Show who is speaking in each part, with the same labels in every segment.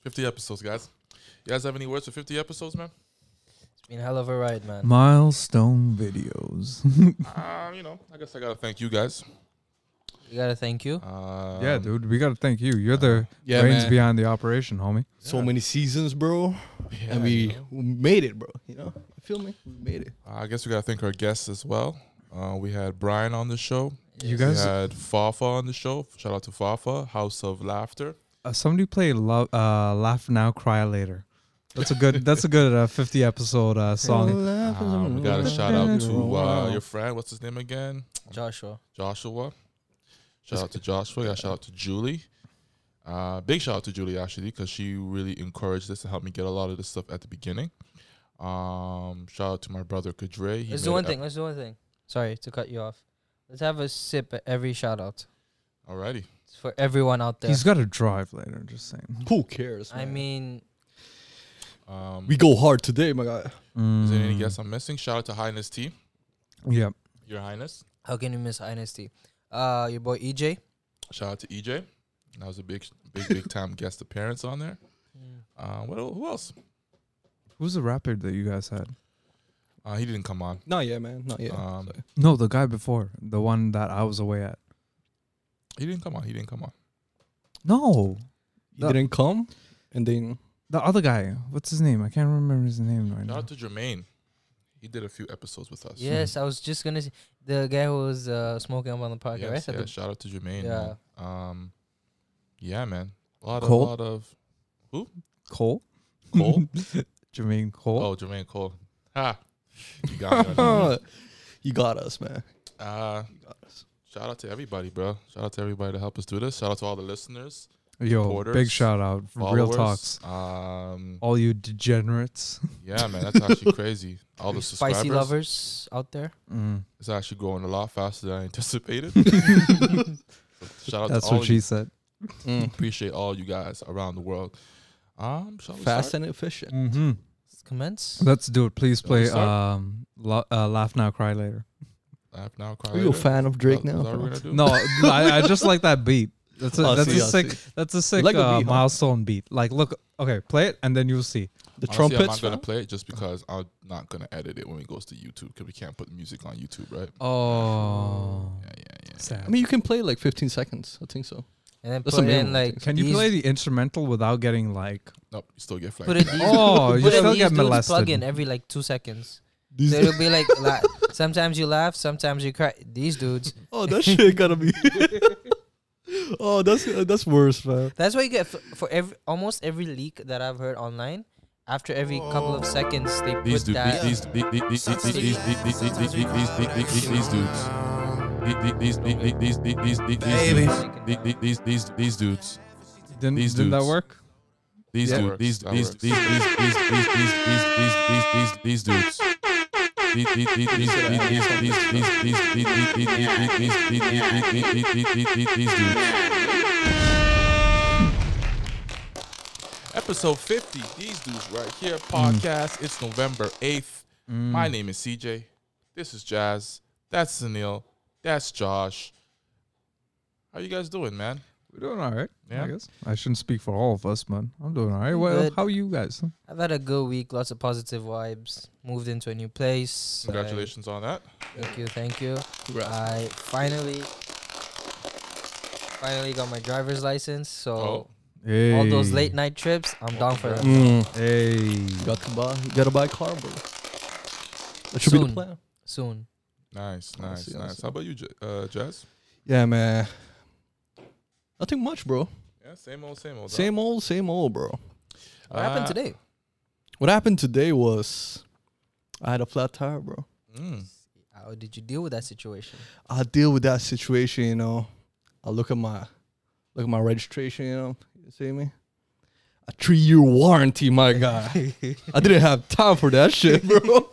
Speaker 1: Fifty episodes, guys. You guys have any words for fifty episodes, man?
Speaker 2: It's been a hell of a ride, man.
Speaker 3: Milestone videos.
Speaker 1: Um, you know, I guess I gotta thank you guys.
Speaker 2: We gotta thank you.
Speaker 3: Uh,
Speaker 1: Um,
Speaker 3: yeah, dude, we gotta thank you. You're the
Speaker 4: Yeah,
Speaker 3: brains
Speaker 4: man.
Speaker 3: behind the operation, homie.
Speaker 4: So many seasons, bro,
Speaker 1: yeah,
Speaker 4: and
Speaker 1: you
Speaker 4: we,
Speaker 1: know.
Speaker 4: we made it, bro. You know, you feel me? We made it.
Speaker 1: I guess we gotta thank our guests as well. Uh, we had Brian on the show.
Speaker 3: You
Speaker 1: We
Speaker 3: guys,
Speaker 1: had Fafa on the show. Shout out to Fafa, House of Laughter.
Speaker 3: uh, somebody play "Love," uh, "Laugh Now, Cry Later." That's a good. that's a good uh, 50 episode uh, song.
Speaker 1: Um, we got a shout out to uh, your friend. What's his name again?
Speaker 2: Joshua.
Speaker 1: Joshua. Shout out to Joshua. Got shout out to Julie. Uh, big shout out to Julie actually because she really encouraged us to help me get a lot of this stuff at the beginning. Um, shout out to my brother Kadre. He
Speaker 2: Let's do
Speaker 1: made
Speaker 2: one
Speaker 1: it
Speaker 2: thing. Let's do one thing. Sorry to cut you off. Let's have a sip at every shout out.
Speaker 1: Up. Alrighty.
Speaker 2: It's for everyone out there.
Speaker 3: He's got to drive later. Just saying.
Speaker 4: Who cares?
Speaker 2: I
Speaker 4: man?
Speaker 2: mean,
Speaker 1: Um,
Speaker 4: we go hard today, my guy.
Speaker 1: Is there any
Speaker 3: Mm,
Speaker 1: guests I'm missing? Shout out to Highness T.
Speaker 3: Yep.
Speaker 1: Your Highness.
Speaker 2: how can you miss Dynasty? Uh, your boy EJ.
Speaker 1: Shout out to EJ. That was a big, big, big time guest appearance on there.
Speaker 3: Mm.
Speaker 1: Uh, what, el- who else?
Speaker 3: Who's the rapper that you guys had?
Speaker 1: Uh, he didn't come on.
Speaker 4: Not yet, man. Not yet.
Speaker 1: Um,
Speaker 4: Sorry.
Speaker 3: No, the guy before, the one that I was away at.
Speaker 1: He didn't come on. He didn't come on.
Speaker 3: No,
Speaker 4: he didn't come, and then
Speaker 3: the other guy. What's his name? I can't remember his name right
Speaker 1: Shout
Speaker 3: now.
Speaker 1: out to Jermaine. He did a few episodes with us.
Speaker 2: Yes, I was just gonna say the guy who was uh, smoking up on the podcast.
Speaker 1: Yes,
Speaker 2: right?
Speaker 1: yeah,
Speaker 2: At the-
Speaker 1: shout out to Jermaine.
Speaker 2: Yeah.
Speaker 1: Man. Um, yeah, man. A lot of,
Speaker 3: Cole?
Speaker 1: lot of
Speaker 3: Cole.
Speaker 1: Cole.
Speaker 3: Jermaine Cole.
Speaker 1: oh, Jermaine Cole. Ha. You got me on that one.
Speaker 4: you got us, man.
Speaker 1: Uh,
Speaker 4: You got us.
Speaker 1: shout out to everybody, bro. Shout out to everybody to help us do this. Shout out to all the listeners,
Speaker 3: Yo, big
Speaker 1: supporters,
Speaker 3: shout out. for Real
Speaker 1: followers.
Speaker 3: talks. Oh.
Speaker 1: Um,
Speaker 3: All you degenerates.
Speaker 1: yeah, man, that's actually crazy. All the subscribers.
Speaker 2: Spicy lovers out there.
Speaker 3: Mm.
Speaker 1: It's actually growing a lot faster than I anticipated. shout out
Speaker 3: That's
Speaker 1: to all
Speaker 3: what
Speaker 1: you.
Speaker 3: she said. Mm.
Speaker 1: Appreciate all you guys around the world. Um, shall we
Speaker 4: Fast
Speaker 1: start?
Speaker 4: and efficient.
Speaker 1: Mm.
Speaker 3: Mm-hmm.
Speaker 2: Let's commence.
Speaker 3: Let's do it. Please
Speaker 1: Shall we
Speaker 3: play
Speaker 1: start?
Speaker 3: um, lo- uh, Laugh Now, Cry Later.
Speaker 1: Laugh now, cry
Speaker 4: Are you a
Speaker 1: later.
Speaker 4: fan of Drake
Speaker 1: Is that-
Speaker 4: now?
Speaker 1: is that what we're
Speaker 4: bro?
Speaker 1: gonna do?
Speaker 3: No, I, I just like that beat. That's a,
Speaker 4: I
Speaker 3: that's,
Speaker 4: see,
Speaker 3: a
Speaker 4: I
Speaker 3: sick,
Speaker 4: see.
Speaker 3: that's a sick
Speaker 4: Like the
Speaker 3: uh,
Speaker 4: beat, huh?
Speaker 3: milestone beat. Like, look, okay, play it and then you'll see.
Speaker 4: The
Speaker 1: Honestly, I'm
Speaker 4: trumpets.
Speaker 1: not gonna
Speaker 4: fam?
Speaker 1: play it just because I'm not gonna edit it when it goes to YouTube because we can't put music on YouTube, right?
Speaker 3: Oh.
Speaker 1: Yeah, yeah, yeah.
Speaker 3: Sad.
Speaker 4: I mean, you can play like 15 seconds. I think so.
Speaker 2: and then
Speaker 4: that's
Speaker 2: put
Speaker 4: a
Speaker 2: in
Speaker 4: meme.
Speaker 2: like.
Speaker 3: Can you
Speaker 2: these-
Speaker 3: play the instrumental without getting like.
Speaker 1: Nope, you still get flagged.
Speaker 2: Put
Speaker 1: for
Speaker 2: in
Speaker 1: that.
Speaker 2: these,
Speaker 3: Oh, you
Speaker 2: put in
Speaker 3: still
Speaker 2: these
Speaker 3: get
Speaker 2: dudes Plug in
Speaker 3: molested.
Speaker 2: every like two seconds. So it'll be like la- sometimes you laugh, sometimes you cry. These dudes.
Speaker 4: oh, that shit gotta be. oh, that's uh, that's worse, man.
Speaker 2: That's why you get f- for every almost every leak that I've heard online. After every couple of seconds, they
Speaker 1: These dudes,
Speaker 2: put that.
Speaker 1: these these these these these these these these these these these dudes, these these these these these these these these these these dudes,
Speaker 3: Didn't,
Speaker 1: These
Speaker 3: didn't that
Speaker 1: dudes.
Speaker 3: work?
Speaker 1: these
Speaker 3: Yeah.
Speaker 1: dudes, these
Speaker 5: That
Speaker 1: these
Speaker 5: works.
Speaker 1: these these these these these these these these these dudes. These these these these these these these these these these these these these these dudes. Episode 50, These Dudes Right Here
Speaker 4: Mm.
Speaker 1: podcast. It's November 8th.
Speaker 3: Mm.
Speaker 1: My name is CJ. This is Jazz. That's Sunil. That's Josh. How you guys doing, man?
Speaker 3: We're doing all right.
Speaker 1: Yeah.
Speaker 3: I guess. I shouldn't speak for all of us, man. I'm doing all right. Well,
Speaker 2: Good.
Speaker 3: how are you guys?
Speaker 2: I've had a good week. Lots of positive vibes. Moved into a new place. I-
Speaker 1: Congratulations on that.
Speaker 2: thank you. Thank you.
Speaker 4: Congrats.
Speaker 2: I finally, finally got my driver's license. So
Speaker 1: Oh,
Speaker 3: Hey.
Speaker 2: all those late night trips, I'm down for them.
Speaker 4: Mm.
Speaker 3: Hey.
Speaker 4: You got to buy. You gotta buy a car, bro. That should be
Speaker 2: Soon.
Speaker 4: the plan.
Speaker 2: Soon.
Speaker 1: nice,
Speaker 4: I
Speaker 1: nice,
Speaker 4: see, I
Speaker 1: nice.
Speaker 4: see.
Speaker 1: How about you, J- uh, Jazz?
Speaker 4: Yeah, man. Nothing much, bro.
Speaker 1: Yeah, same old, same old. Uh,
Speaker 4: Same old, same old, bro.
Speaker 2: What happened
Speaker 1: Ah.
Speaker 2: today?
Speaker 4: What happened today was, I had a flat tire, bro.
Speaker 1: Mm,
Speaker 2: How did you deal with that situation?
Speaker 4: I deal with that situation, you know. I look at my look at my registration, you know. You see me? A three year warranty, my guy. I didn't have time for that shit, bro.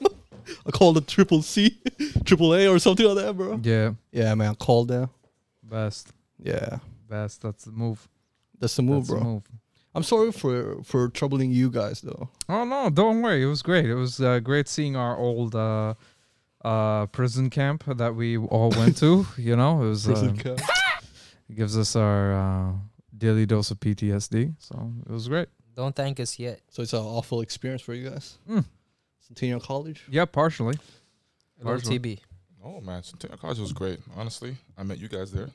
Speaker 4: I called the triple C, triple A or something like that, bro.
Speaker 3: Yeah.
Speaker 4: Yeah, man, I called them.
Speaker 3: Best.
Speaker 4: Yeah.
Speaker 3: Best. That's the move.
Speaker 4: That's the move,
Speaker 3: That's the
Speaker 4: bro.
Speaker 3: move.
Speaker 4: I'm sorry for for troubling you guys though.
Speaker 3: Oh no, don't worry. It was great. It was uh, great seeing our old uh, uh, prison camp that we all went to. You know, it was uh,
Speaker 4: Prison camp.
Speaker 3: it gives us our uh, daily dose of PTSD. So it was great.
Speaker 2: Don't thank us yet.
Speaker 4: So it's an awful experience for you guys.
Speaker 3: Mm.
Speaker 4: Centennial College.
Speaker 3: Yeah, partially.
Speaker 2: Little
Speaker 3: Large one.
Speaker 2: TB.
Speaker 1: Oh man, Centennial College was great. Honestly, I met you guys there.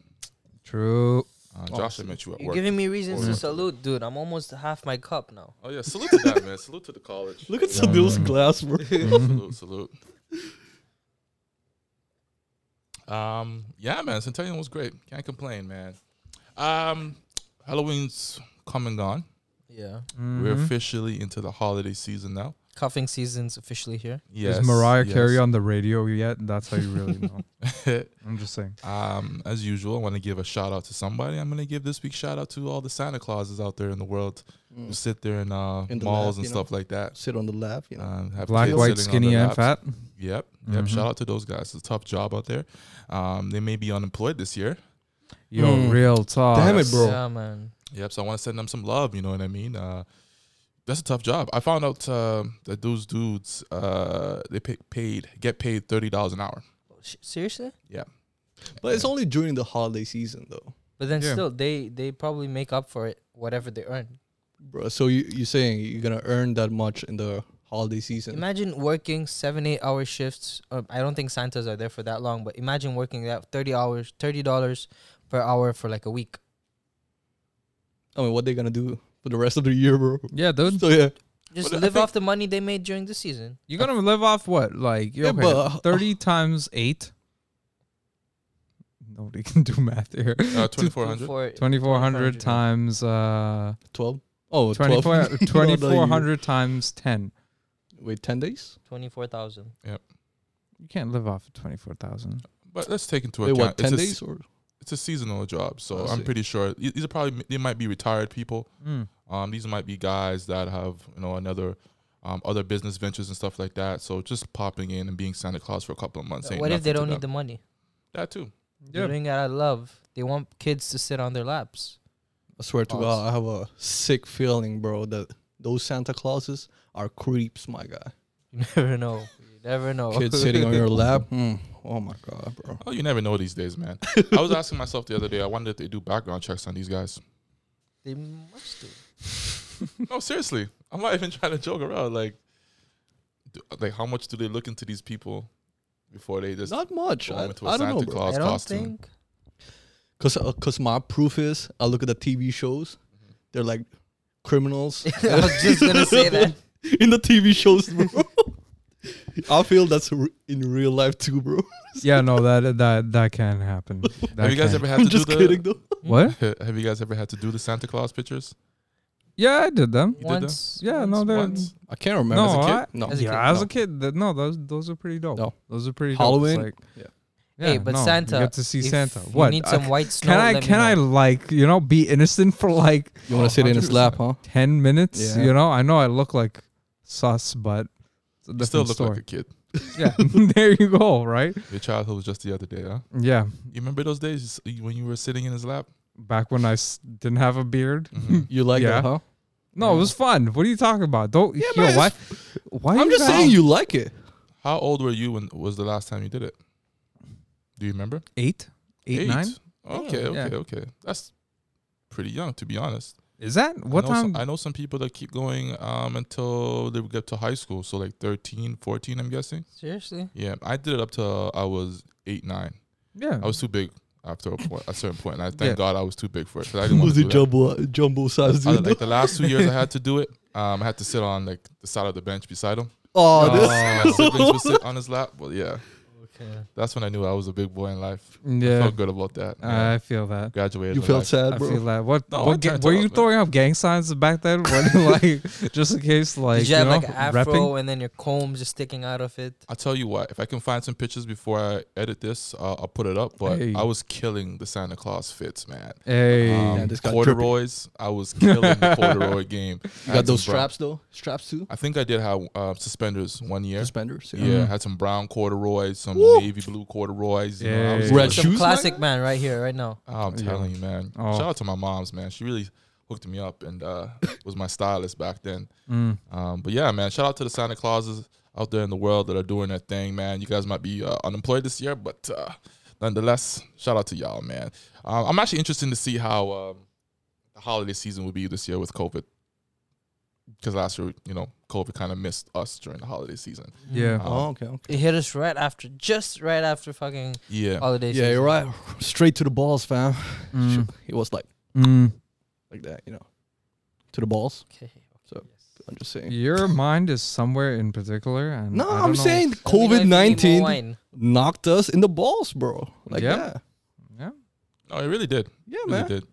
Speaker 3: True.
Speaker 1: Uh,
Speaker 4: Oh,
Speaker 1: Josh, I
Speaker 4: so
Speaker 1: met you at
Speaker 2: You're
Speaker 1: work.
Speaker 2: giving me reasons to
Speaker 1: Mhm.
Speaker 2: salute, dude. I'm almost half my cup now.
Speaker 1: Oh yeah, salute to that man. Salute to the college.
Speaker 4: Look at
Speaker 1: Yeah.
Speaker 4: Sadil's glass, bro.
Speaker 1: salute, salute. Um, yeah, man, Centennial was great. Can't complain, man. Um, Halloween's come and gone.
Speaker 2: Yeah.
Speaker 1: We're
Speaker 3: Mhm.
Speaker 1: officially into the holiday season now.
Speaker 2: Cuffing season's officially here.
Speaker 1: Yes,
Speaker 3: Is Mariah
Speaker 1: yes.
Speaker 3: Carey on the radio yet? That's how you really know. I'm just saying.
Speaker 1: um, as usual, I want to give a shout out to somebody. I'm going to give this week's shout out to all the Santa Clauses out there in the world who
Speaker 4: Mm.
Speaker 1: sit there in, uh,
Speaker 4: In the
Speaker 1: malls and
Speaker 4: lab, you know?
Speaker 1: stuff like that.
Speaker 4: Sit on the lap, you know.
Speaker 1: Um, have
Speaker 3: Black,
Speaker 1: kids
Speaker 3: white,
Speaker 1: sitting on
Speaker 3: skinny,
Speaker 1: their
Speaker 3: and
Speaker 1: laps.
Speaker 3: fat.
Speaker 1: Yep, yep.
Speaker 4: Mm-hmm.
Speaker 3: Mhm.
Speaker 1: Shout out to those guys. It's a tough job out there. Um, they may be unemployed this year.
Speaker 3: Yo,
Speaker 4: Mm.
Speaker 3: real talk.
Speaker 4: Damn it, bro.
Speaker 2: Yeah, man.
Speaker 1: Yep. So I want to send them some love. You know what I mean? Uh, that's a tough job. I found out uh, that those dudes uh, they pay, paid get paid thirty dollars an hour.
Speaker 2: Oh, Sh- Seriously?
Speaker 4: But it's only during the holiday season, though,
Speaker 2: But then
Speaker 3: Yeah.
Speaker 2: still, they they probably make up for it whatever they earn.
Speaker 4: bro. So you you saying you're gonna earn that much in the holiday season?
Speaker 2: Imagine working seven eight hour shifts. Uh, I don't think Santas are there for that long, but imagine working that thirty hours, thirty dollars per hour for like a week.
Speaker 4: I mean, what they gonna do for the rest of the year, bro?
Speaker 3: Yeah, dude.
Speaker 4: So yeah,
Speaker 2: Just
Speaker 1: But I
Speaker 2: live
Speaker 1: think-
Speaker 2: off the money they made during the season.
Speaker 3: You're gonna live off what? Like
Speaker 4: Yeah,
Speaker 3: okay,
Speaker 1: uh,
Speaker 4: but-
Speaker 3: thirty times eight. Nobody can do math here.
Speaker 1: Uh, twenty four hundred.
Speaker 2: For
Speaker 3: Twenty four
Speaker 2: 2400,
Speaker 3: hundred
Speaker 2: yeah.
Speaker 3: times uh
Speaker 4: twelve. Oh, 12.
Speaker 3: 24
Speaker 4: Not a year.
Speaker 3: 2400 times ten.
Speaker 4: Wait, ten days?
Speaker 2: twenty four thousand.
Speaker 3: You can't live off of twenty four thousand.
Speaker 1: But let's take into
Speaker 4: Wait,
Speaker 1: account
Speaker 4: what? Ten
Speaker 1: it's, a,
Speaker 4: days or
Speaker 1: it's a seasonal job, so
Speaker 4: I
Speaker 1: I'm
Speaker 4: see.
Speaker 1: pretty sure y- these are probably they might be retired people.
Speaker 2: Hmm.
Speaker 3: Mm.
Speaker 1: Um, these might be guys that have you know another. Um, other business ventures and stuff like that. So just popping in and being Santa Claus for a couple of months. ain't
Speaker 2: What if
Speaker 1: nothing
Speaker 2: they
Speaker 1: to
Speaker 2: don't need
Speaker 1: them.
Speaker 2: the money?
Speaker 1: that too?
Speaker 2: They're doing it out of love. They want kids to sit on their laps.
Speaker 4: I swear to
Speaker 1: Oh,
Speaker 4: God, I have a sick feeling, bro, that those Santa Clauses are creeps, my guy.
Speaker 2: You never know. You never know.
Speaker 4: Kids sitting on your lap. Mm. Oh my God, bro.
Speaker 1: Oh, you never know these days, man. I was asking myself the other day. I wonder if they do background checks on these guys.
Speaker 2: They must do.
Speaker 1: No, seriously, I'm not even trying to joke around. Like, do, like how much do they look into these people before they just?
Speaker 4: Not much.
Speaker 1: go
Speaker 4: I, I
Speaker 1: into a
Speaker 4: don't know,
Speaker 1: Santa
Speaker 4: bro.
Speaker 1: Claus
Speaker 2: I don't
Speaker 1: costume?
Speaker 2: think.
Speaker 4: Cause, uh, cause my proof is I look at the TV shows.
Speaker 1: Mm-hmm.
Speaker 4: They're like criminals.
Speaker 2: I was just gonna say that.
Speaker 4: in the TV shows, bro. I feel that's re- in real life too, bro.
Speaker 3: Yeah, no, that that that can happen. That
Speaker 1: Have you guys
Speaker 3: can-
Speaker 1: ever had
Speaker 4: I'm
Speaker 1: to
Speaker 4: just
Speaker 1: do
Speaker 4: kidding, though.
Speaker 3: what?
Speaker 1: the? Have you guys ever had to do the Santa Claus pictures?
Speaker 3: Yeah, I did them.
Speaker 1: You did that?
Speaker 2: Once.
Speaker 3: Yeah,
Speaker 2: once-
Speaker 3: no, they're
Speaker 1: Once?
Speaker 4: I can't remember.
Speaker 3: no,
Speaker 1: as a kid?
Speaker 3: I-
Speaker 4: no.
Speaker 2: As a
Speaker 3: yeah,
Speaker 2: kid,
Speaker 3: as
Speaker 4: no.
Speaker 3: a kid, th- no, those those are pretty dope.
Speaker 4: No.
Speaker 3: Those are pretty
Speaker 4: Halloween?
Speaker 3: dope. It's
Speaker 4: Yeah.
Speaker 3: yeah,
Speaker 2: Hey, but
Speaker 3: no,
Speaker 2: Santa,
Speaker 3: you get to see
Speaker 2: if
Speaker 3: Santa.
Speaker 2: you
Speaker 3: What?
Speaker 2: need
Speaker 3: I-
Speaker 2: some white snow.
Speaker 3: can I
Speaker 2: let me
Speaker 3: can I
Speaker 2: know.
Speaker 3: like you know be innocent for like
Speaker 4: You want to
Speaker 1: Oh,
Speaker 4: sit in his lap, huh?
Speaker 3: ten minutes?
Speaker 4: Yeah.
Speaker 3: You know, I know I look like sus, but it's a
Speaker 1: You still
Speaker 3: different
Speaker 1: look like
Speaker 3: story.
Speaker 1: a kid.
Speaker 3: yeah, there you go. Right?
Speaker 1: Your childhood was just the other day, huh?
Speaker 3: Yeah,
Speaker 1: You remember those days when uh, you were sitting in his lap?
Speaker 3: back when I s- didn't have a beard.
Speaker 1: Mhm.
Speaker 4: You like
Speaker 3: Yeah.
Speaker 4: it, huh?
Speaker 3: No, it was fun. What are you talking about? Don't
Speaker 4: Yeah,
Speaker 3: yo,
Speaker 4: man,
Speaker 3: why? Why?
Speaker 4: I'm
Speaker 3: you
Speaker 4: just
Speaker 3: guys-
Speaker 4: saying you like it.
Speaker 1: How old were you when was the last time you did it? Do you remember? Oh,
Speaker 3: eight, eight, nine.
Speaker 1: Okay,
Speaker 3: Yeah.
Speaker 1: okay, okay. That's pretty young, to be honest.
Speaker 3: Is that what
Speaker 1: I know
Speaker 3: time?
Speaker 1: Some, I know some people that keep going um, until they get to high school, so like 13, 14, I'm guessing.
Speaker 2: Seriously?
Speaker 1: Yeah, I did it up till I was eight, nine.
Speaker 3: yeah,
Speaker 1: I was too big after a, point, a certain point, and I thank
Speaker 3: Yeah.
Speaker 1: God I was too big for it. 'cause I didn't want
Speaker 4: Was
Speaker 1: to do
Speaker 4: it
Speaker 1: that.
Speaker 4: jumbo jumbo size?
Speaker 1: I-
Speaker 4: dude?
Speaker 1: like the last two years I had to do it. Um, I had to sit on like the side of the bench beside him.
Speaker 4: Oh,
Speaker 3: No.
Speaker 4: this.
Speaker 1: My siblings would sit on his lap. Well, yeah,
Speaker 2: Okay.
Speaker 1: that's when I knew I was a big boy in life. I
Speaker 3: yeah.
Speaker 1: felt good about that. Yeah.
Speaker 3: I feel that.
Speaker 1: Graduated.
Speaker 4: Uh, You
Speaker 1: with
Speaker 4: felt
Speaker 1: life.
Speaker 4: sad,
Speaker 3: I
Speaker 4: bro.
Speaker 3: feel that. What?
Speaker 1: No, I
Speaker 3: what ga-
Speaker 1: turned
Speaker 3: were
Speaker 1: out,
Speaker 3: you
Speaker 1: man.
Speaker 3: throwing up gang signs back then? When, like, just in case, like,
Speaker 2: Did you
Speaker 3: you
Speaker 2: have
Speaker 3: know,
Speaker 2: like an afro
Speaker 3: repping?
Speaker 2: and then your comb just sticking out of it?
Speaker 1: I'll tell you what, if I can find some pictures before I edit this, uh, I'll put it up. But
Speaker 3: Hey.
Speaker 1: I was killing the Santa Claus fits, man.
Speaker 3: Hey,
Speaker 1: Um,
Speaker 4: this got
Speaker 1: corduroys, I was killing the corduroy game.
Speaker 4: You
Speaker 1: I had
Speaker 4: got those
Speaker 1: some brown-
Speaker 4: straps though. Straps too.
Speaker 1: I think I did have uh, suspenders one year.
Speaker 4: Suspenders.
Speaker 1: Yeah, I had some brown corduroys, some
Speaker 4: Woo.
Speaker 1: navy blue corduroys. You know, I
Speaker 3: Yeah.
Speaker 1: was
Speaker 4: Red
Speaker 1: doing-
Speaker 2: Some
Speaker 4: shoes,
Speaker 2: classic man right here, right now.
Speaker 1: I'm
Speaker 3: Yeah.
Speaker 1: telling you, man.
Speaker 3: Oh.
Speaker 1: Shout out to my mom's, man. She really hooked me up and uh, was my stylist back then.
Speaker 3: mm,
Speaker 1: Um, but yeah, man, shout out to the Santa Clauses out there in the world that are doing their thing, man. You guys might be uh, unemployed this year, but uh, nonetheless, shout out to y'all, man. Um, I'm actually interested to see how um, the holiday season will be this year with COVID. because last year, you know, COVID kind of missed us during the holiday season.
Speaker 3: Yeah.
Speaker 1: Um,
Speaker 4: Oh, okay. okay.
Speaker 2: Mm. It hit us right after, just right after fucking
Speaker 3: Uh,
Speaker 1: Yeah.
Speaker 2: holiday
Speaker 4: Yeah,
Speaker 2: season.
Speaker 4: you're right. Straight to the balls, fam.
Speaker 3: Mm.
Speaker 4: It was like
Speaker 3: Mm.
Speaker 4: like that, you know, to the balls.
Speaker 2: Okay.
Speaker 4: So, I'm just saying.
Speaker 3: Your mind is somewhere in particular, and
Speaker 4: No,
Speaker 3: I
Speaker 4: I'm
Speaker 3: don't know-
Speaker 4: saying COVID nineteen knocked us in the balls, bro. Like
Speaker 3: Yeah.
Speaker 4: that.
Speaker 3: Yeah.
Speaker 1: No, it really did.
Speaker 4: Yeah,
Speaker 1: It
Speaker 4: man.
Speaker 1: really did.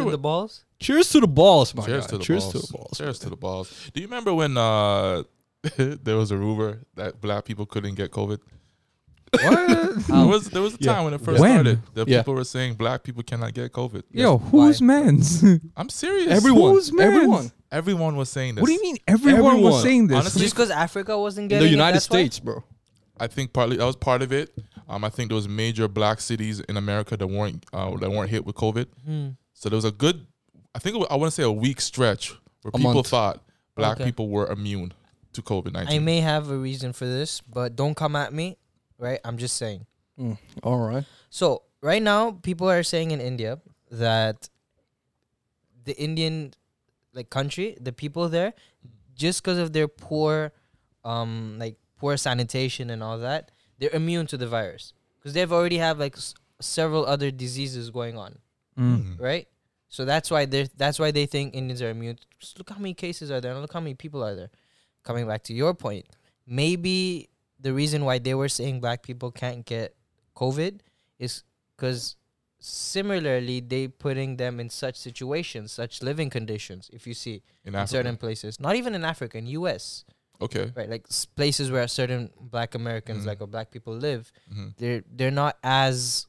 Speaker 1: Remember
Speaker 2: the
Speaker 1: when-
Speaker 2: balls?
Speaker 4: Cheers to the balls, my
Speaker 1: Cheers
Speaker 4: guy.
Speaker 1: to the
Speaker 4: Cheers
Speaker 1: balls.
Speaker 4: to the balls.
Speaker 1: Cheers to the balls. Do you remember when uh, there was a rumor that black people couldn't get COVID?
Speaker 3: What?
Speaker 1: There was there was a
Speaker 4: Yeah.
Speaker 1: time when it first
Speaker 3: When?
Speaker 1: started that
Speaker 4: Yeah.
Speaker 1: people were saying black people cannot get COVID.
Speaker 3: Yo,
Speaker 2: Yes,
Speaker 3: who's
Speaker 2: why?
Speaker 3: man's?
Speaker 1: I'm serious.
Speaker 4: Everyone.
Speaker 3: Who's mans?
Speaker 4: Everyone.
Speaker 1: everyone was saying this.
Speaker 3: What do you mean? Everyone, was
Speaker 4: Everyone.
Speaker 3: saying this.
Speaker 1: Honestly,
Speaker 2: Just because Africa wasn't getting
Speaker 4: The
Speaker 2: it,
Speaker 4: United
Speaker 2: that's why?
Speaker 4: States, bro.
Speaker 1: I think partly that was part of it. Um, I think there was major black cities in America that weren't uh, that weren't hit with COVID.
Speaker 2: Hmm.
Speaker 1: So there was a good, I think it wa- I want to say a week stretch where
Speaker 4: A
Speaker 1: people
Speaker 4: month.
Speaker 1: thought black
Speaker 2: Okay.
Speaker 1: people were immune to COVID
Speaker 2: I
Speaker 1: nineteen.
Speaker 2: may have a reason for this, but don't come at me, right? I'm just saying.
Speaker 4: Mm, All right.
Speaker 2: So right now, people are saying in India that the Indian like country, the people there, just because of their poor, um, like poor sanitation and all that, they're immune to the virus because they've already have like s- several other diseases going on,
Speaker 3: Mm.
Speaker 1: Mm-hmm.
Speaker 2: right? So that's why they are that's why they think Indians are immune. Just look how many cases are there, and look how many people are there. Coming back to your point, maybe the reason why they were saying black people can't get COVID is because similarly they putting them in such situations, such living conditions. If you see
Speaker 1: in
Speaker 2: in
Speaker 1: Africa.
Speaker 2: certain places, not even in Africa, in U.S.,
Speaker 1: okay.
Speaker 2: right, like s- places where certain Black Americans,
Speaker 1: Mhm.
Speaker 2: like or Black people live,
Speaker 1: hmm
Speaker 2: they're they're not as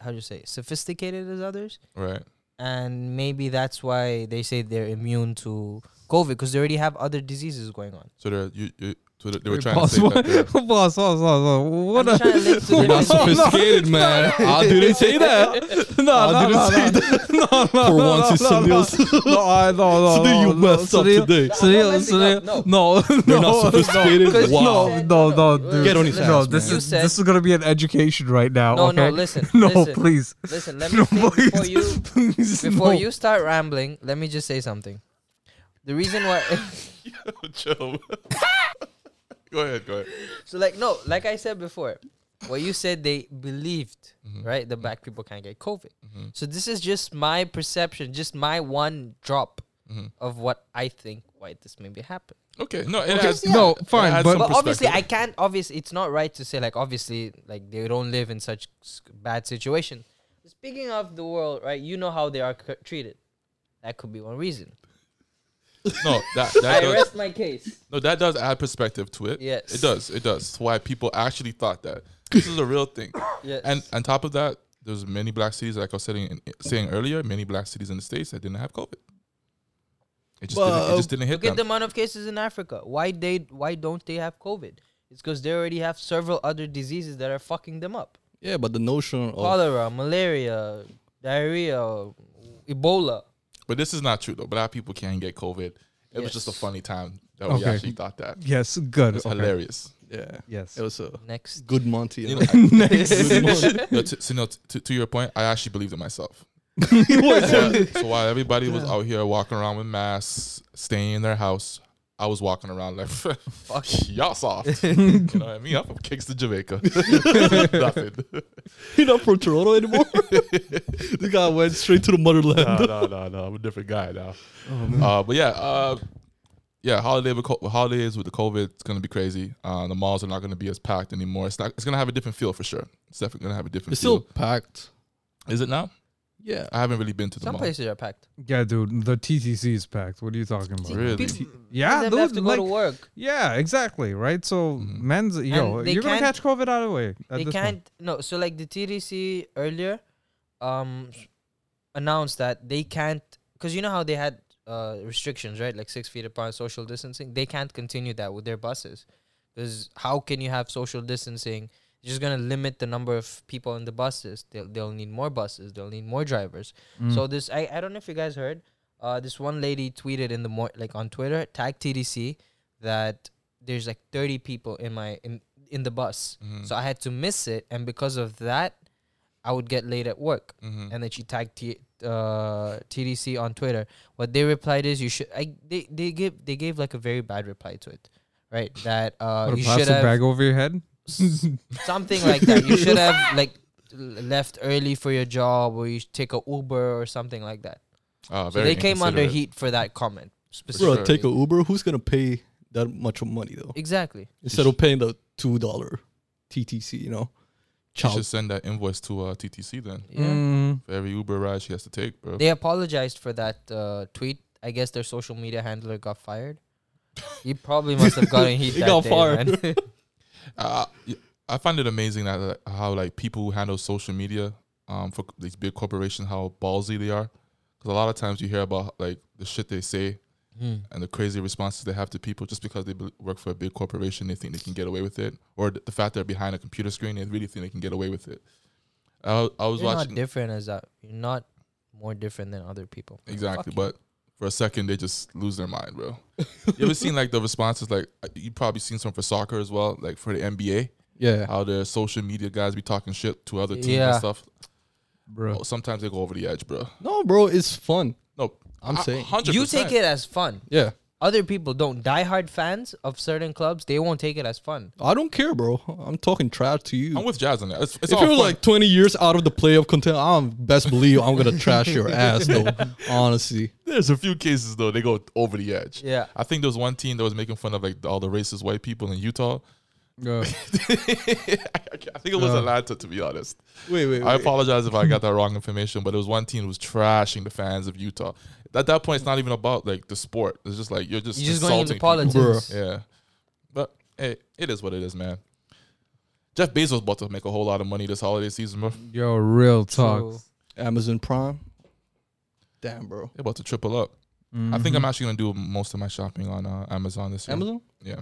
Speaker 2: how do you say sophisticated as others
Speaker 1: Right.
Speaker 2: and maybe that's why they say they're immune to COVID because they already have other diseases going on.
Speaker 1: So they're you, you so they- they were
Speaker 3: Wait,
Speaker 1: trying
Speaker 3: boss,
Speaker 1: to say
Speaker 3: what?
Speaker 1: that they're-
Speaker 3: boss, boss, boss, boss, What?
Speaker 2: I'm trying to link to
Speaker 4: We're
Speaker 2: the
Speaker 4: not sophisticated, man. I didn't say that.
Speaker 3: No,
Speaker 4: I
Speaker 3: no,
Speaker 4: didn't
Speaker 3: no,
Speaker 4: say
Speaker 3: no.
Speaker 4: that. For once, it's Sunil's.
Speaker 3: No, I, no, no,
Speaker 4: So then
Speaker 3: no, no,
Speaker 4: you messed up
Speaker 3: Sunil-
Speaker 4: today.
Speaker 3: Sunil,
Speaker 2: I'm
Speaker 3: Sunil,
Speaker 2: not messing up,
Speaker 3: no,
Speaker 4: You're
Speaker 3: no,
Speaker 4: not sophisticated.
Speaker 2: Because
Speaker 4: Wow.
Speaker 2: you
Speaker 3: No,
Speaker 2: said-
Speaker 3: no, no,
Speaker 2: no,
Speaker 3: dude.
Speaker 4: Get on his
Speaker 3: No,
Speaker 4: ass,
Speaker 3: this
Speaker 2: man.
Speaker 3: is
Speaker 2: You said-
Speaker 3: this is gonna be an education right now.
Speaker 2: No, no,
Speaker 3: okay?
Speaker 2: listen,
Speaker 3: no,
Speaker 2: listen.
Speaker 3: please,
Speaker 2: Listen, let me
Speaker 3: no,
Speaker 2: think
Speaker 3: please,
Speaker 2: before you
Speaker 3: please,
Speaker 2: before
Speaker 3: no.
Speaker 2: you start rambling. Let me just say something. The reason why,
Speaker 1: Chill. go ahead. Go ahead.
Speaker 2: so like no, like I said before, what you said they believed, right? The black people can't get COVID. So this is just my perception, just my one drop of what I think why this maybe happened.
Speaker 1: Okay. No. It
Speaker 2: Okay.
Speaker 1: has,
Speaker 2: Yeah.
Speaker 3: No,
Speaker 1: it
Speaker 3: fine,
Speaker 1: has
Speaker 3: but-
Speaker 1: some
Speaker 2: But obviously, I
Speaker 1: perspective.
Speaker 2: can't. Obviously, it's not right to say like obviously like they don't live in such s- bad situation. Speaking of the world, right? You know how they are c- treated. That could be one reason.
Speaker 1: no that
Speaker 2: I
Speaker 1: that does,
Speaker 2: rest my case.
Speaker 1: no that does add perspective to it.
Speaker 2: Yes.
Speaker 1: It does. It does. Why people actually thought that this is a real thing.
Speaker 2: Yes.
Speaker 1: And on top of that, there's many black cities, like I was saying, saying earlier, many black cities in the states that didn't have COVID. It just, didn't, it
Speaker 4: Well,
Speaker 1: just didn't hit
Speaker 2: look
Speaker 1: them.
Speaker 2: at the amount of cases in Africa. Why they? Why don't they have COVID? It's because they already have several other diseases that are fucking them up:
Speaker 4: Yeah, but the notion
Speaker 1: Oh.
Speaker 4: of
Speaker 2: cholera, malaria, diarrhea, Ebola.
Speaker 1: But this is not true though. Black people can get COVID. It was just a
Speaker 2: Yes.
Speaker 1: funny time that we
Speaker 3: Okay.
Speaker 1: actually thought that.
Speaker 3: Yes, good.
Speaker 1: It's
Speaker 3: okay.
Speaker 1: hilarious.
Speaker 4: yeah,
Speaker 3: Yes.
Speaker 4: it was a
Speaker 2: Next,
Speaker 4: good Monty. You
Speaker 1: You
Speaker 4: know?
Speaker 1: know, I-
Speaker 4: Good Monty.
Speaker 1: no, to, so no, to, to your point, I actually believed in myself.
Speaker 4: What?
Speaker 1: But- so while everybody was out here walking around with masks, staying in their house, I was walking around like, fuck y'all soft. you know what I mean? I'm from Kingston, Jamaica. Nothing.
Speaker 4: You're not from Toronto anymore. the guy went straight to the motherland.
Speaker 1: no, no, no, no. I'm a different guy now.
Speaker 3: Oh,
Speaker 1: uh, but yeah, uh, yeah. Holiday with co- holidays with the COVID, it's gonna be crazy. Uh, the malls are not gonna be as packed anymore. It's not. It's gonna have a different feel for sure. It's definitely gonna have a different.
Speaker 4: It's still
Speaker 1: feel.
Speaker 4: packed.
Speaker 1: Is it now?
Speaker 4: Yeah.
Speaker 1: I haven't really been to the
Speaker 2: some
Speaker 1: mall.
Speaker 2: places are packed.
Speaker 3: Yeah, dude, the TTC is packed. What are you talking about?
Speaker 1: Really?
Speaker 3: Yeah,
Speaker 2: Some of them
Speaker 3: dude,
Speaker 2: have to
Speaker 3: like-
Speaker 2: go to work.
Speaker 3: Yeah, exactly. Right. So
Speaker 1: Mhm.
Speaker 3: men's, yo,
Speaker 2: they
Speaker 3: you're gonna
Speaker 2: can't-
Speaker 3: catch COVID out of the way. at
Speaker 2: they
Speaker 3: this
Speaker 2: can't no so like the TDC earlier um s- announced that they can't because you know how they had uh restrictions right like six feet apart social distancing they can't continue that with their buses because how can you have social distancing you're just gonna limit the number of people in the buses they'll, they'll need more buses they'll need more drivers
Speaker 3: point. Mm.
Speaker 2: so this I, I don't know if you guys heard uh this one lady tweeted in the mor- like on Twitter tag TDC that there's like 30 people in my in in the bus
Speaker 3: Mm-hmm.
Speaker 1: Mhm.
Speaker 2: so I had to miss it, and because of that, I would get late at work.
Speaker 1: Mhm.
Speaker 3: Mm.
Speaker 2: And then she tagged T- uh, TDC on Twitter, what they replied is you should. I they they gave they gave like a very bad reply to it, right? That uh,
Speaker 3: Put a
Speaker 2: you
Speaker 3: plastic
Speaker 2: should have
Speaker 3: bag over your head.
Speaker 2: s- something like that. You should have like l- left early for your job, or you should take a Uber or something like that.
Speaker 1: Ah,
Speaker 2: So
Speaker 1: very
Speaker 2: they came under
Speaker 1: inconsiderate.
Speaker 2: heat for that comment specifically.
Speaker 1: sure.
Speaker 4: Bro, take a Uber. Who's gonna pay that much money though?
Speaker 2: Exactly.
Speaker 4: Instead of paying the two dollar TTC, you know,
Speaker 1: You should
Speaker 4: child.
Speaker 1: send that invoice to uh, TTC then.
Speaker 2: Yeah.
Speaker 3: Mm,
Speaker 1: For every Uber ride she has to take, bro.
Speaker 2: They apologized for that uh, tweet. I guess their social media handler got fired. He probably must have gotten heat.
Speaker 4: He
Speaker 2: that
Speaker 4: got
Speaker 2: day,
Speaker 4: fired.
Speaker 2: man.
Speaker 1: Uh, y- I find it amazing that like, how like people who handle social media um, for c- these big corporations, how ballsy they are. Because a lot of times you hear about like the shit they say
Speaker 2: Hmm.
Speaker 1: and the crazy responses they have to people just because they bel- work for a big corporation, they think they can get away with it, or th- the fact they're behind a computer screen, they really think they can get away with it. I, wa- I was
Speaker 2: You're not
Speaker 1: watching
Speaker 2: different as that. You're not more different than other people.
Speaker 1: exactly,
Speaker 2: Fuck
Speaker 1: but for a second they just lose their mind, bro. you ever seen like the responses? Like uh, you probably seen some for soccer as well, like for the NBA,
Speaker 4: Yeah,
Speaker 1: how their social media guys be talking shit to other teams and
Speaker 2: Yeah.
Speaker 1: stuff.
Speaker 3: bro.
Speaker 1: Oh, sometimes they go over the edge, bro.
Speaker 4: no, bro, it's fun.
Speaker 1: No,
Speaker 4: I'm
Speaker 1: a-
Speaker 4: saying,
Speaker 1: 100%.
Speaker 2: You take it as fun.
Speaker 4: yeah,
Speaker 2: Other people don't. Diehard fans of certain clubs, they won't take it as fun.
Speaker 4: I don't care, bro. I'm talking trash to you.
Speaker 1: I'm with Jazz on that. It's, it's
Speaker 4: if
Speaker 1: all
Speaker 3: Oh,
Speaker 4: you're
Speaker 1: fun.
Speaker 4: like 20 years out of the playoff content, I'm best believe I'm gonna trash your ass though. Honestly,
Speaker 1: there's a few cases though they go over the edge.
Speaker 2: Yeah.
Speaker 1: I think there was one team that was making fun of like all the racist white people in Utah. Uh,
Speaker 3: Uh,
Speaker 1: I think it was
Speaker 3: Yeah.
Speaker 1: Atlanta, to be honest.
Speaker 4: wait, wait,
Speaker 1: I apologize if I got that wrong information, but it was one team who was trashing the fans of Utah. At that point, it's not even about like the sport. It's just like you're just
Speaker 2: You're just going into
Speaker 1: insulting people.
Speaker 2: politics.
Speaker 1: Yeah. But hey, it is what it is, man. Jeff Bezos about to make a whole lot of money this holiday season, bro.
Speaker 3: yo, real talk.
Speaker 2: True.
Speaker 4: Amazon Prime. Damn, bro.
Speaker 1: They're about to triple up. I think
Speaker 3: Mhm.
Speaker 2: Mm-hmm.
Speaker 1: I'm actually gonna do most of my shopping on uh, Amazon this year.
Speaker 4: Amazon.
Speaker 1: Yeah.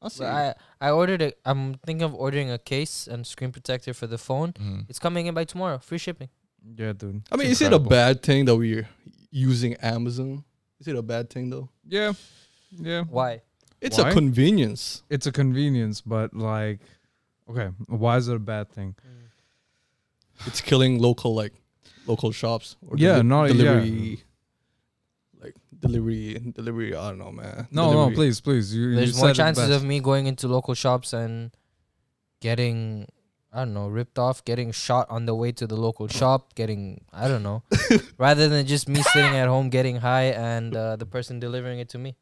Speaker 4: I see.
Speaker 2: But I, I ordered a, I'm thinking of ordering a case and screen protector for the phone.
Speaker 1: Mhm.
Speaker 2: It's coming in by tomorrow. Free shipping.
Speaker 3: Yeah, dude.
Speaker 4: I mean,
Speaker 1: It's
Speaker 4: is it a
Speaker 1: incredible.
Speaker 4: bad thing that we're using Amazon? Is it a bad thing though?
Speaker 3: Yeah, yeah.
Speaker 2: Why?
Speaker 4: It's
Speaker 3: Why?
Speaker 4: a convenience.
Speaker 3: It's a convenience, but like, okay, why is it a bad thing?
Speaker 4: It's killing local like local shops or
Speaker 3: Yeah, no, yeah.
Speaker 4: delivery like delivery delivery. I don't know, man.
Speaker 3: No,
Speaker 4: Delivery.
Speaker 3: no, please, please. You,
Speaker 2: There's
Speaker 3: you
Speaker 2: more
Speaker 3: said it
Speaker 2: chances
Speaker 3: best.
Speaker 2: of me going into local shops and getting, I don't know, ripped off, getting shot on the way to the local shop, getting, I don't know, rather than just me sitting at home getting high and uh, the person delivering it to me.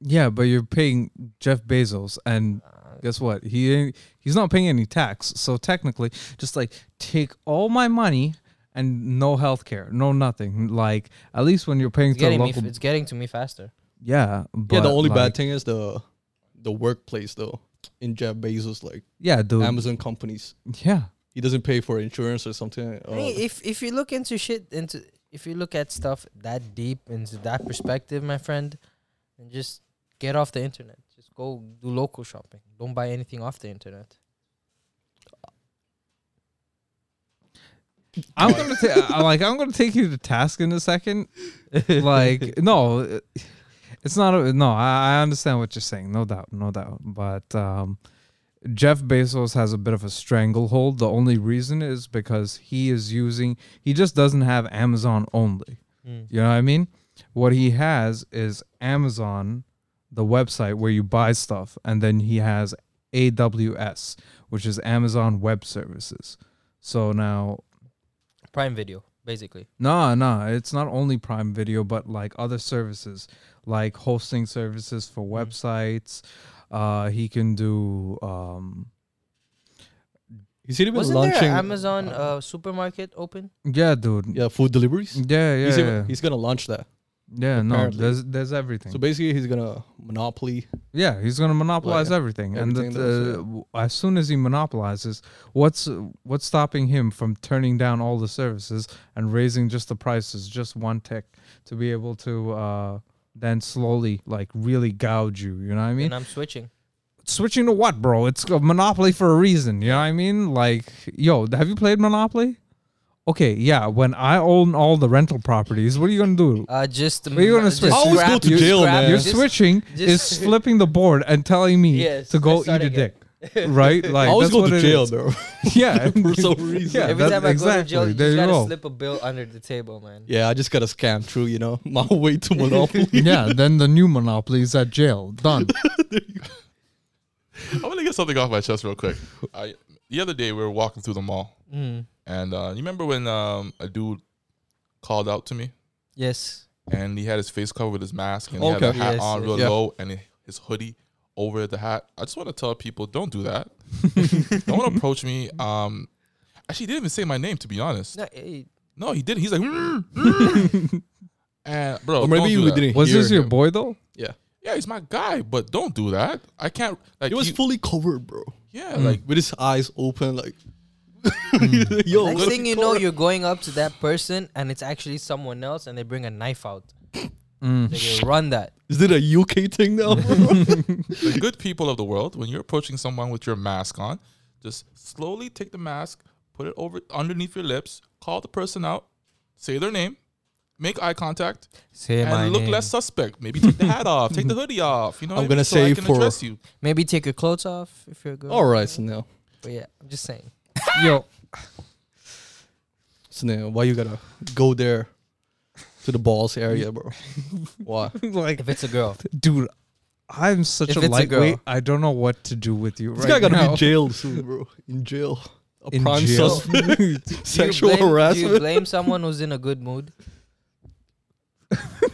Speaker 3: Yeah, but you're paying Jeff Bezos, and
Speaker 2: Uh,
Speaker 3: guess what? He ain't, he's not paying any tax. So technically, just like take all my money and no health care, no nothing. Like at least when you're paying
Speaker 2: it's,
Speaker 3: to a
Speaker 2: getting me,
Speaker 3: local,
Speaker 2: it's getting to me faster.
Speaker 3: yeah. But
Speaker 4: Yeah, the only
Speaker 3: like-
Speaker 4: bad thing is the the workplace though. In Jeff Bezos, like
Speaker 3: Yeah, dude.
Speaker 4: Amazon companies,
Speaker 3: yeah,
Speaker 4: he doesn't pay for insurance or something.
Speaker 2: I mean,
Speaker 4: Oh,
Speaker 2: if if you look into shit into if you look at stuff that deep into that perspective, my friend, then just get off the internet. Just go do local shopping. Don't buy anything off the internet.
Speaker 3: I'm gonna ta- I- like I'm gonna take you to task in a second. Like no, it- it's not. A, no, I, I understand what you're saying. No doubt, no doubt. But um, Jeff Bezos has a bit of a stranglehold. The only reason is because he is using. He just doesn't have Amazon only.
Speaker 2: Hmm.
Speaker 3: You know what I mean? What he has is Amazon, the website where you buy stuff, and then he has AWS, which is Amazon Web Services. So now
Speaker 2: Prime Video, basically.
Speaker 3: Nah, nah, it's not only Prime Video, but like other services, like hosting services for
Speaker 4: Mm-hmm.
Speaker 3: websites. Uh, he can do. Um,
Speaker 4: he's even
Speaker 2: Wasn't
Speaker 4: launching
Speaker 2: there Amazon uh, supermarket open?
Speaker 3: yeah, dude. Yeah,
Speaker 4: yeah food deliveries.
Speaker 3: yeah, yeah.
Speaker 4: he's, even-
Speaker 3: Mm, yeah.
Speaker 4: he's gonna launch that.
Speaker 3: Yeah, no,
Speaker 4: apparently-
Speaker 3: there's there's everything.
Speaker 4: So basically, he's gonna monopoly.
Speaker 3: yeah, he's gonna monopolize
Speaker 4: yeah,
Speaker 3: everything,
Speaker 4: everything
Speaker 3: and that,
Speaker 4: does, yeah.
Speaker 3: uh, w- as soon as he monopolizes, what's what's stopping him from turning down all the services and raising just the prices, just one tick, to be able to uh, then slowly like really gouge you. You know what I mean?
Speaker 2: and I'm switching.
Speaker 3: switching to what, bro? It's a Monopoly for a reason. You know what I mean? Like, yo, have you played Monopoly? Okay, yeah. When I own all the rental properties, what are you gonna do?
Speaker 2: Uh, just
Speaker 3: Where you gonna
Speaker 2: just
Speaker 3: switch? I
Speaker 4: always
Speaker 2: grab-
Speaker 4: go to
Speaker 2: just
Speaker 4: jail,
Speaker 2: grab-
Speaker 4: man.
Speaker 3: You're
Speaker 2: just-
Speaker 3: switching
Speaker 2: just-
Speaker 3: is flipping the board and telling me
Speaker 2: Yes,
Speaker 3: to go
Speaker 2: let's start
Speaker 3: eat a
Speaker 2: again.
Speaker 3: dick. right? Like
Speaker 4: I always
Speaker 3: that's
Speaker 4: go
Speaker 3: what
Speaker 4: to
Speaker 3: it
Speaker 4: jail,
Speaker 3: is.
Speaker 4: bro.
Speaker 3: Yeah,
Speaker 4: For some reason.
Speaker 3: Yeah,
Speaker 2: Every time I go
Speaker 3: that-
Speaker 2: to
Speaker 3: exactly.
Speaker 2: jail, you
Speaker 3: there
Speaker 2: just
Speaker 3: you
Speaker 2: gotta
Speaker 3: go.
Speaker 2: slip a bill under the table, man.
Speaker 4: Yeah, I just got a scam through, you know, my way to Monopoly.
Speaker 3: yeah, then the new monopoly is at jail. Done.
Speaker 1: I want to get something off my chest real quick. I, the other day we were walking through the mall,
Speaker 2: Mm.
Speaker 1: and uh, you remember when um, a dude called out to me,
Speaker 2: Yes.
Speaker 1: and he had his face covered with his mask, and he had
Speaker 4: Okay.
Speaker 1: a hat
Speaker 2: Yes,
Speaker 1: on
Speaker 2: yes.
Speaker 1: real
Speaker 4: Yeah.
Speaker 1: low, and hi- his hoodie over the hat. I just want to tell people, don't do that. don't approach me. Um, actually, he didn't even say my name to be honest.
Speaker 2: No, eh,
Speaker 1: No, he didn't. He's like, "Mm, mm." and bro,
Speaker 3: Oh,
Speaker 4: or maybe
Speaker 1: don't do
Speaker 4: you
Speaker 1: that.
Speaker 4: didn't.
Speaker 3: Was
Speaker 4: hear
Speaker 3: this your
Speaker 4: him.
Speaker 3: boy though?
Speaker 1: Yeah, he's my guy, but don't do that. I can't. Like,
Speaker 4: It was Mm.
Speaker 1: he-
Speaker 4: fully covered, bro.
Speaker 3: Hmm.
Speaker 1: yeah, like
Speaker 4: With his eyes open, like.
Speaker 3: Hmm.
Speaker 4: Yo,
Speaker 2: Next
Speaker 4: what
Speaker 2: thing
Speaker 4: the
Speaker 2: you know,
Speaker 4: fuck?
Speaker 2: you're going up to that person, and it's actually someone else, and they bring a knife out. They go, run that.
Speaker 4: Is it a UK thing now?
Speaker 1: the good people of the world, when you're approaching someone with your mask on, just slowly take the mask, put it over underneath your lips, call the person out, say their name, make eye contact,
Speaker 2: Say
Speaker 1: and
Speaker 2: my
Speaker 1: look
Speaker 2: name.
Speaker 1: less suspect. Maybe take the hat off, take the hoodie off. You know,
Speaker 4: I'm
Speaker 1: what I
Speaker 4: gonna
Speaker 1: mean? so I
Speaker 4: say
Speaker 1: can
Speaker 4: for-
Speaker 1: address you.
Speaker 2: Maybe take your clothes off if you're good.
Speaker 4: All right, Snail.
Speaker 2: But yeah, I'm just saying.
Speaker 3: Yo,
Speaker 4: Snail, why you gotta go there to the balls area, bro? Why?
Speaker 3: like,
Speaker 2: If it's a girl,
Speaker 3: dude, I'm such
Speaker 2: If
Speaker 3: a
Speaker 2: it's a
Speaker 3: lightweight.
Speaker 2: girl.
Speaker 3: I don't know what to do with you
Speaker 4: This
Speaker 3: right
Speaker 4: guy gotta be
Speaker 3: now.
Speaker 4: in jail soon, bro. In jail. A
Speaker 3: In
Speaker 4: prime
Speaker 3: jail.
Speaker 4: suspect.
Speaker 2: Do you
Speaker 4: Sexual
Speaker 2: blame- Do you
Speaker 4: harassment.
Speaker 2: blame someone who's in a good mood?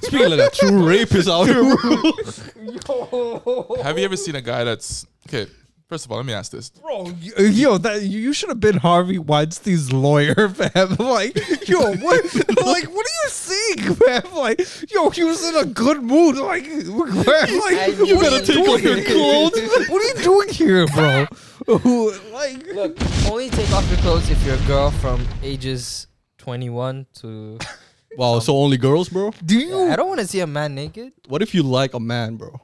Speaker 4: Speaking like that, true rapist out here, bro.
Speaker 1: Have you ever seen a guy that's okay? First of all, let me ask this.
Speaker 3: Bro, y- yo, that you you should have been Harvey Weinstein's lawyer, fam. Like, yo, what? like, what are you saying, fam? Like, yo, he was in a good mood. Like, fam, like
Speaker 2: knew
Speaker 3: you gotta
Speaker 2: it.
Speaker 3: take off your clothes. what are you doing here, bro? Who, like,
Speaker 2: Look, only take off your clothes if you're a girl from ages 21 to.
Speaker 4: Wow, so only girls, bro?
Speaker 3: do you?
Speaker 2: I don't want to see a man naked.
Speaker 4: What if you like a man, bro?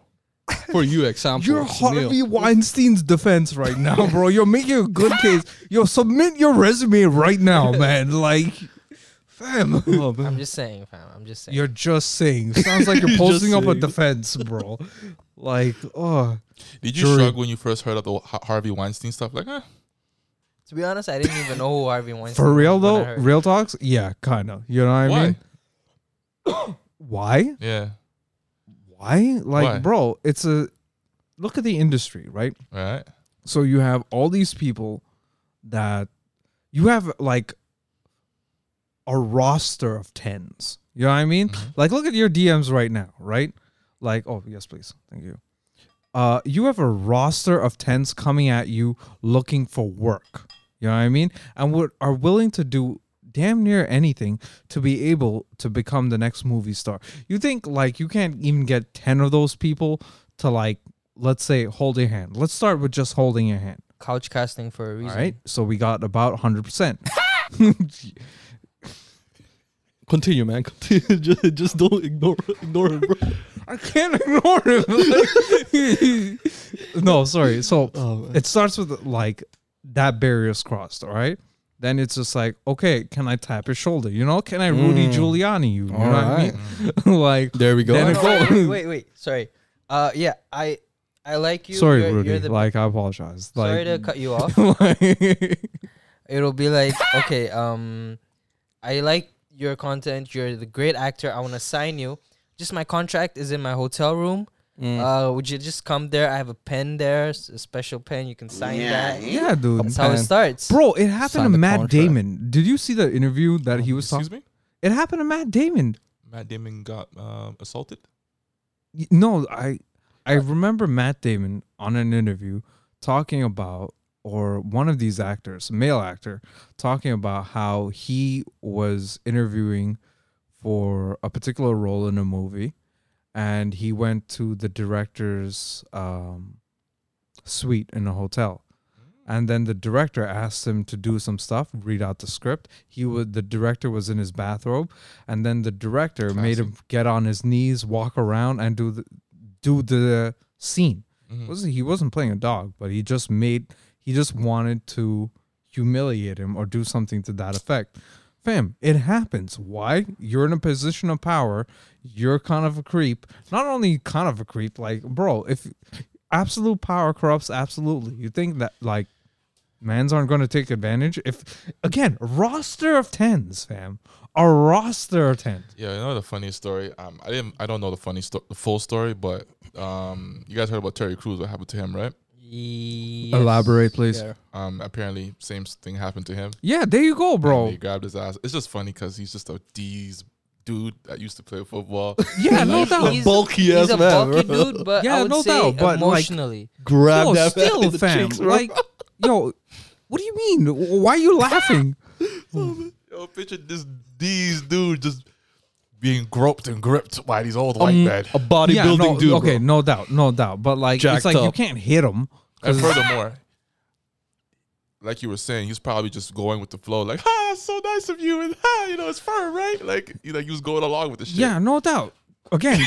Speaker 4: For you, example.
Speaker 3: You're
Speaker 4: Sunil.
Speaker 3: Harvey Weinstein's defense right now, bro. You're making a good case. Yo, submit your resume right now, man. Like, fam.
Speaker 2: I'm just saying, fam. I'm just saying.
Speaker 3: Oh, You're just saying. Sounds like you're
Speaker 4: You're just
Speaker 3: posting up a
Speaker 4: saying.
Speaker 3: defense, bro. Like, oh,
Speaker 1: Did you
Speaker 3: Jury.
Speaker 1: shrug when you first heard of the Ha- Harvey Weinstein stuff? Like, eh,
Speaker 2: to be honest, I didn't even know who Harvey Weinstein
Speaker 3: for real
Speaker 2: was when I
Speaker 3: though,
Speaker 2: heard.
Speaker 3: real talks. Yeah, kind of. You know what I
Speaker 1: why?
Speaker 3: mean? Why?
Speaker 1: Yeah,
Speaker 3: Why? Like,
Speaker 1: Why?
Speaker 3: bro, it's a look at the industry, right?
Speaker 1: right.
Speaker 3: So you have all these people that you have like a roster of tens. You know what I mean?
Speaker 1: Mhm.
Speaker 3: Like, look at your DMs right now, right? Like, oh yes, please, thank you. Uh, you have a roster of tens coming at you looking for work. You know what I mean? And what are willing to do damn near anything to be able to become the next movie star. You think like you can't even get ten of those people to like, let's say, hold your hand. Let's start with just holding your hand.
Speaker 2: Couch casting for a reason.
Speaker 3: All right. So we got about hundred percent.
Speaker 4: Continue, man. Continue. just, just don't ignore ignore it, bro.
Speaker 3: I can't ignore him. no, sorry. So
Speaker 4: Oh,
Speaker 3: it starts with like that barrier is crossed, all right? Then it's just like, okay, can I tap his shoulder? You know, can I Rudy
Speaker 4: Mm.
Speaker 3: Giuliani you? You know
Speaker 4: All right.
Speaker 3: what I mean? like,
Speaker 4: There we go.
Speaker 3: Then
Speaker 2: Oh,
Speaker 3: And
Speaker 2: no,
Speaker 3: go-
Speaker 2: wait, wait, wait, wait. Sorry. Uh, yeah, I, I like you.
Speaker 3: sorry,
Speaker 2: You're-
Speaker 3: Rudy.
Speaker 2: you're the-
Speaker 3: like, I apologize.
Speaker 2: sorry
Speaker 3: Like,
Speaker 2: to cut you off.
Speaker 3: like-
Speaker 2: It'll be like, okay, um, I like your content. You're the great actor. I want to sign you. Just my contract is in my hotel room.
Speaker 3: Mm.
Speaker 2: Uh, would you just come there? I have a pen there, s- a special pen. You can sign that.
Speaker 3: yeah, dude.
Speaker 2: That's how it
Speaker 4: Pen.
Speaker 2: starts.
Speaker 3: Bro, it happened
Speaker 4: Sign
Speaker 3: to
Speaker 4: the
Speaker 3: Matt
Speaker 4: contract.
Speaker 3: Damon. Did you see the interview that he was
Speaker 1: Oh, Excuse
Speaker 3: talking?
Speaker 1: me.
Speaker 3: It happened to Matt Damon.
Speaker 1: Matt Damon got um, assaulted.
Speaker 3: Y- No, I I remember Matt Damon on an interview talking about or one of these actors, male actor, talking about how he was interviewing for a particular role in a movie and he went to the director's um, suite in a hotel. And then the director asked him to do some stuff, read out the script. He would the director was in his bathrobe, and then the director made him get on his knees, walk around, and do the do the scene.
Speaker 1: Mhm.
Speaker 3: Was he wasn't playing a dog, but he just made he just wanted to humiliate him or do something to that effect. Fam, it happens. Why? You're in a position of power. You're kind of a creep. Not only kind of a creep, like bro, if absolute power corrupts absolutely. You think that like mans aren't going to take advantage? If again, roster of tens, fam, a roster of tens.
Speaker 1: Yeah, you know the funniest story. Um, I didn't. I don't know the funny sto- the full story, but um, you guys heard about Terry Crews. What happened to him, right?
Speaker 2: Yes.
Speaker 3: please.
Speaker 4: Yeah.
Speaker 1: Um, apparently, same s- thing happened to him.
Speaker 3: Yeah, there you go,
Speaker 1: And
Speaker 3: bro.
Speaker 1: they grabbed his ass. It's just funny because he's just a D's dude that used to play football.
Speaker 3: Yeah, no
Speaker 2: He's-
Speaker 3: doubt.
Speaker 2: he's-
Speaker 4: Bulky
Speaker 2: he's
Speaker 4: ass
Speaker 2: a
Speaker 4: man,
Speaker 2: bulky
Speaker 4: bro.
Speaker 2: dude, but I
Speaker 3: Yeah,
Speaker 2: would
Speaker 3: no
Speaker 2: say
Speaker 3: doubt, but, like-
Speaker 2: emotionally.
Speaker 4: Grab
Speaker 3: Yo,
Speaker 4: that man
Speaker 3: still,
Speaker 4: in the
Speaker 3: fam.
Speaker 4: cheeks, bro.
Speaker 3: like, yo, what do you mean? W- Why are you laughing?
Speaker 1: Yo, picture this D's dude just being groped and gripped by these old white
Speaker 4: Um,
Speaker 1: men.
Speaker 4: a bodybuilding
Speaker 3: yeah, no,
Speaker 4: dude.
Speaker 3: okay,
Speaker 4: bro.
Speaker 3: no doubt, no doubt. But like,
Speaker 4: Jacked
Speaker 3: it's like you
Speaker 4: up.
Speaker 3: can't hit him.
Speaker 1: And furthermore, like you were saying, he's probably just going with the flow, like, ha, that's so nice of you, and ha, you know, it's fur, right? Like, you like you was going along with the shit.
Speaker 3: Yeah, no doubt. Again,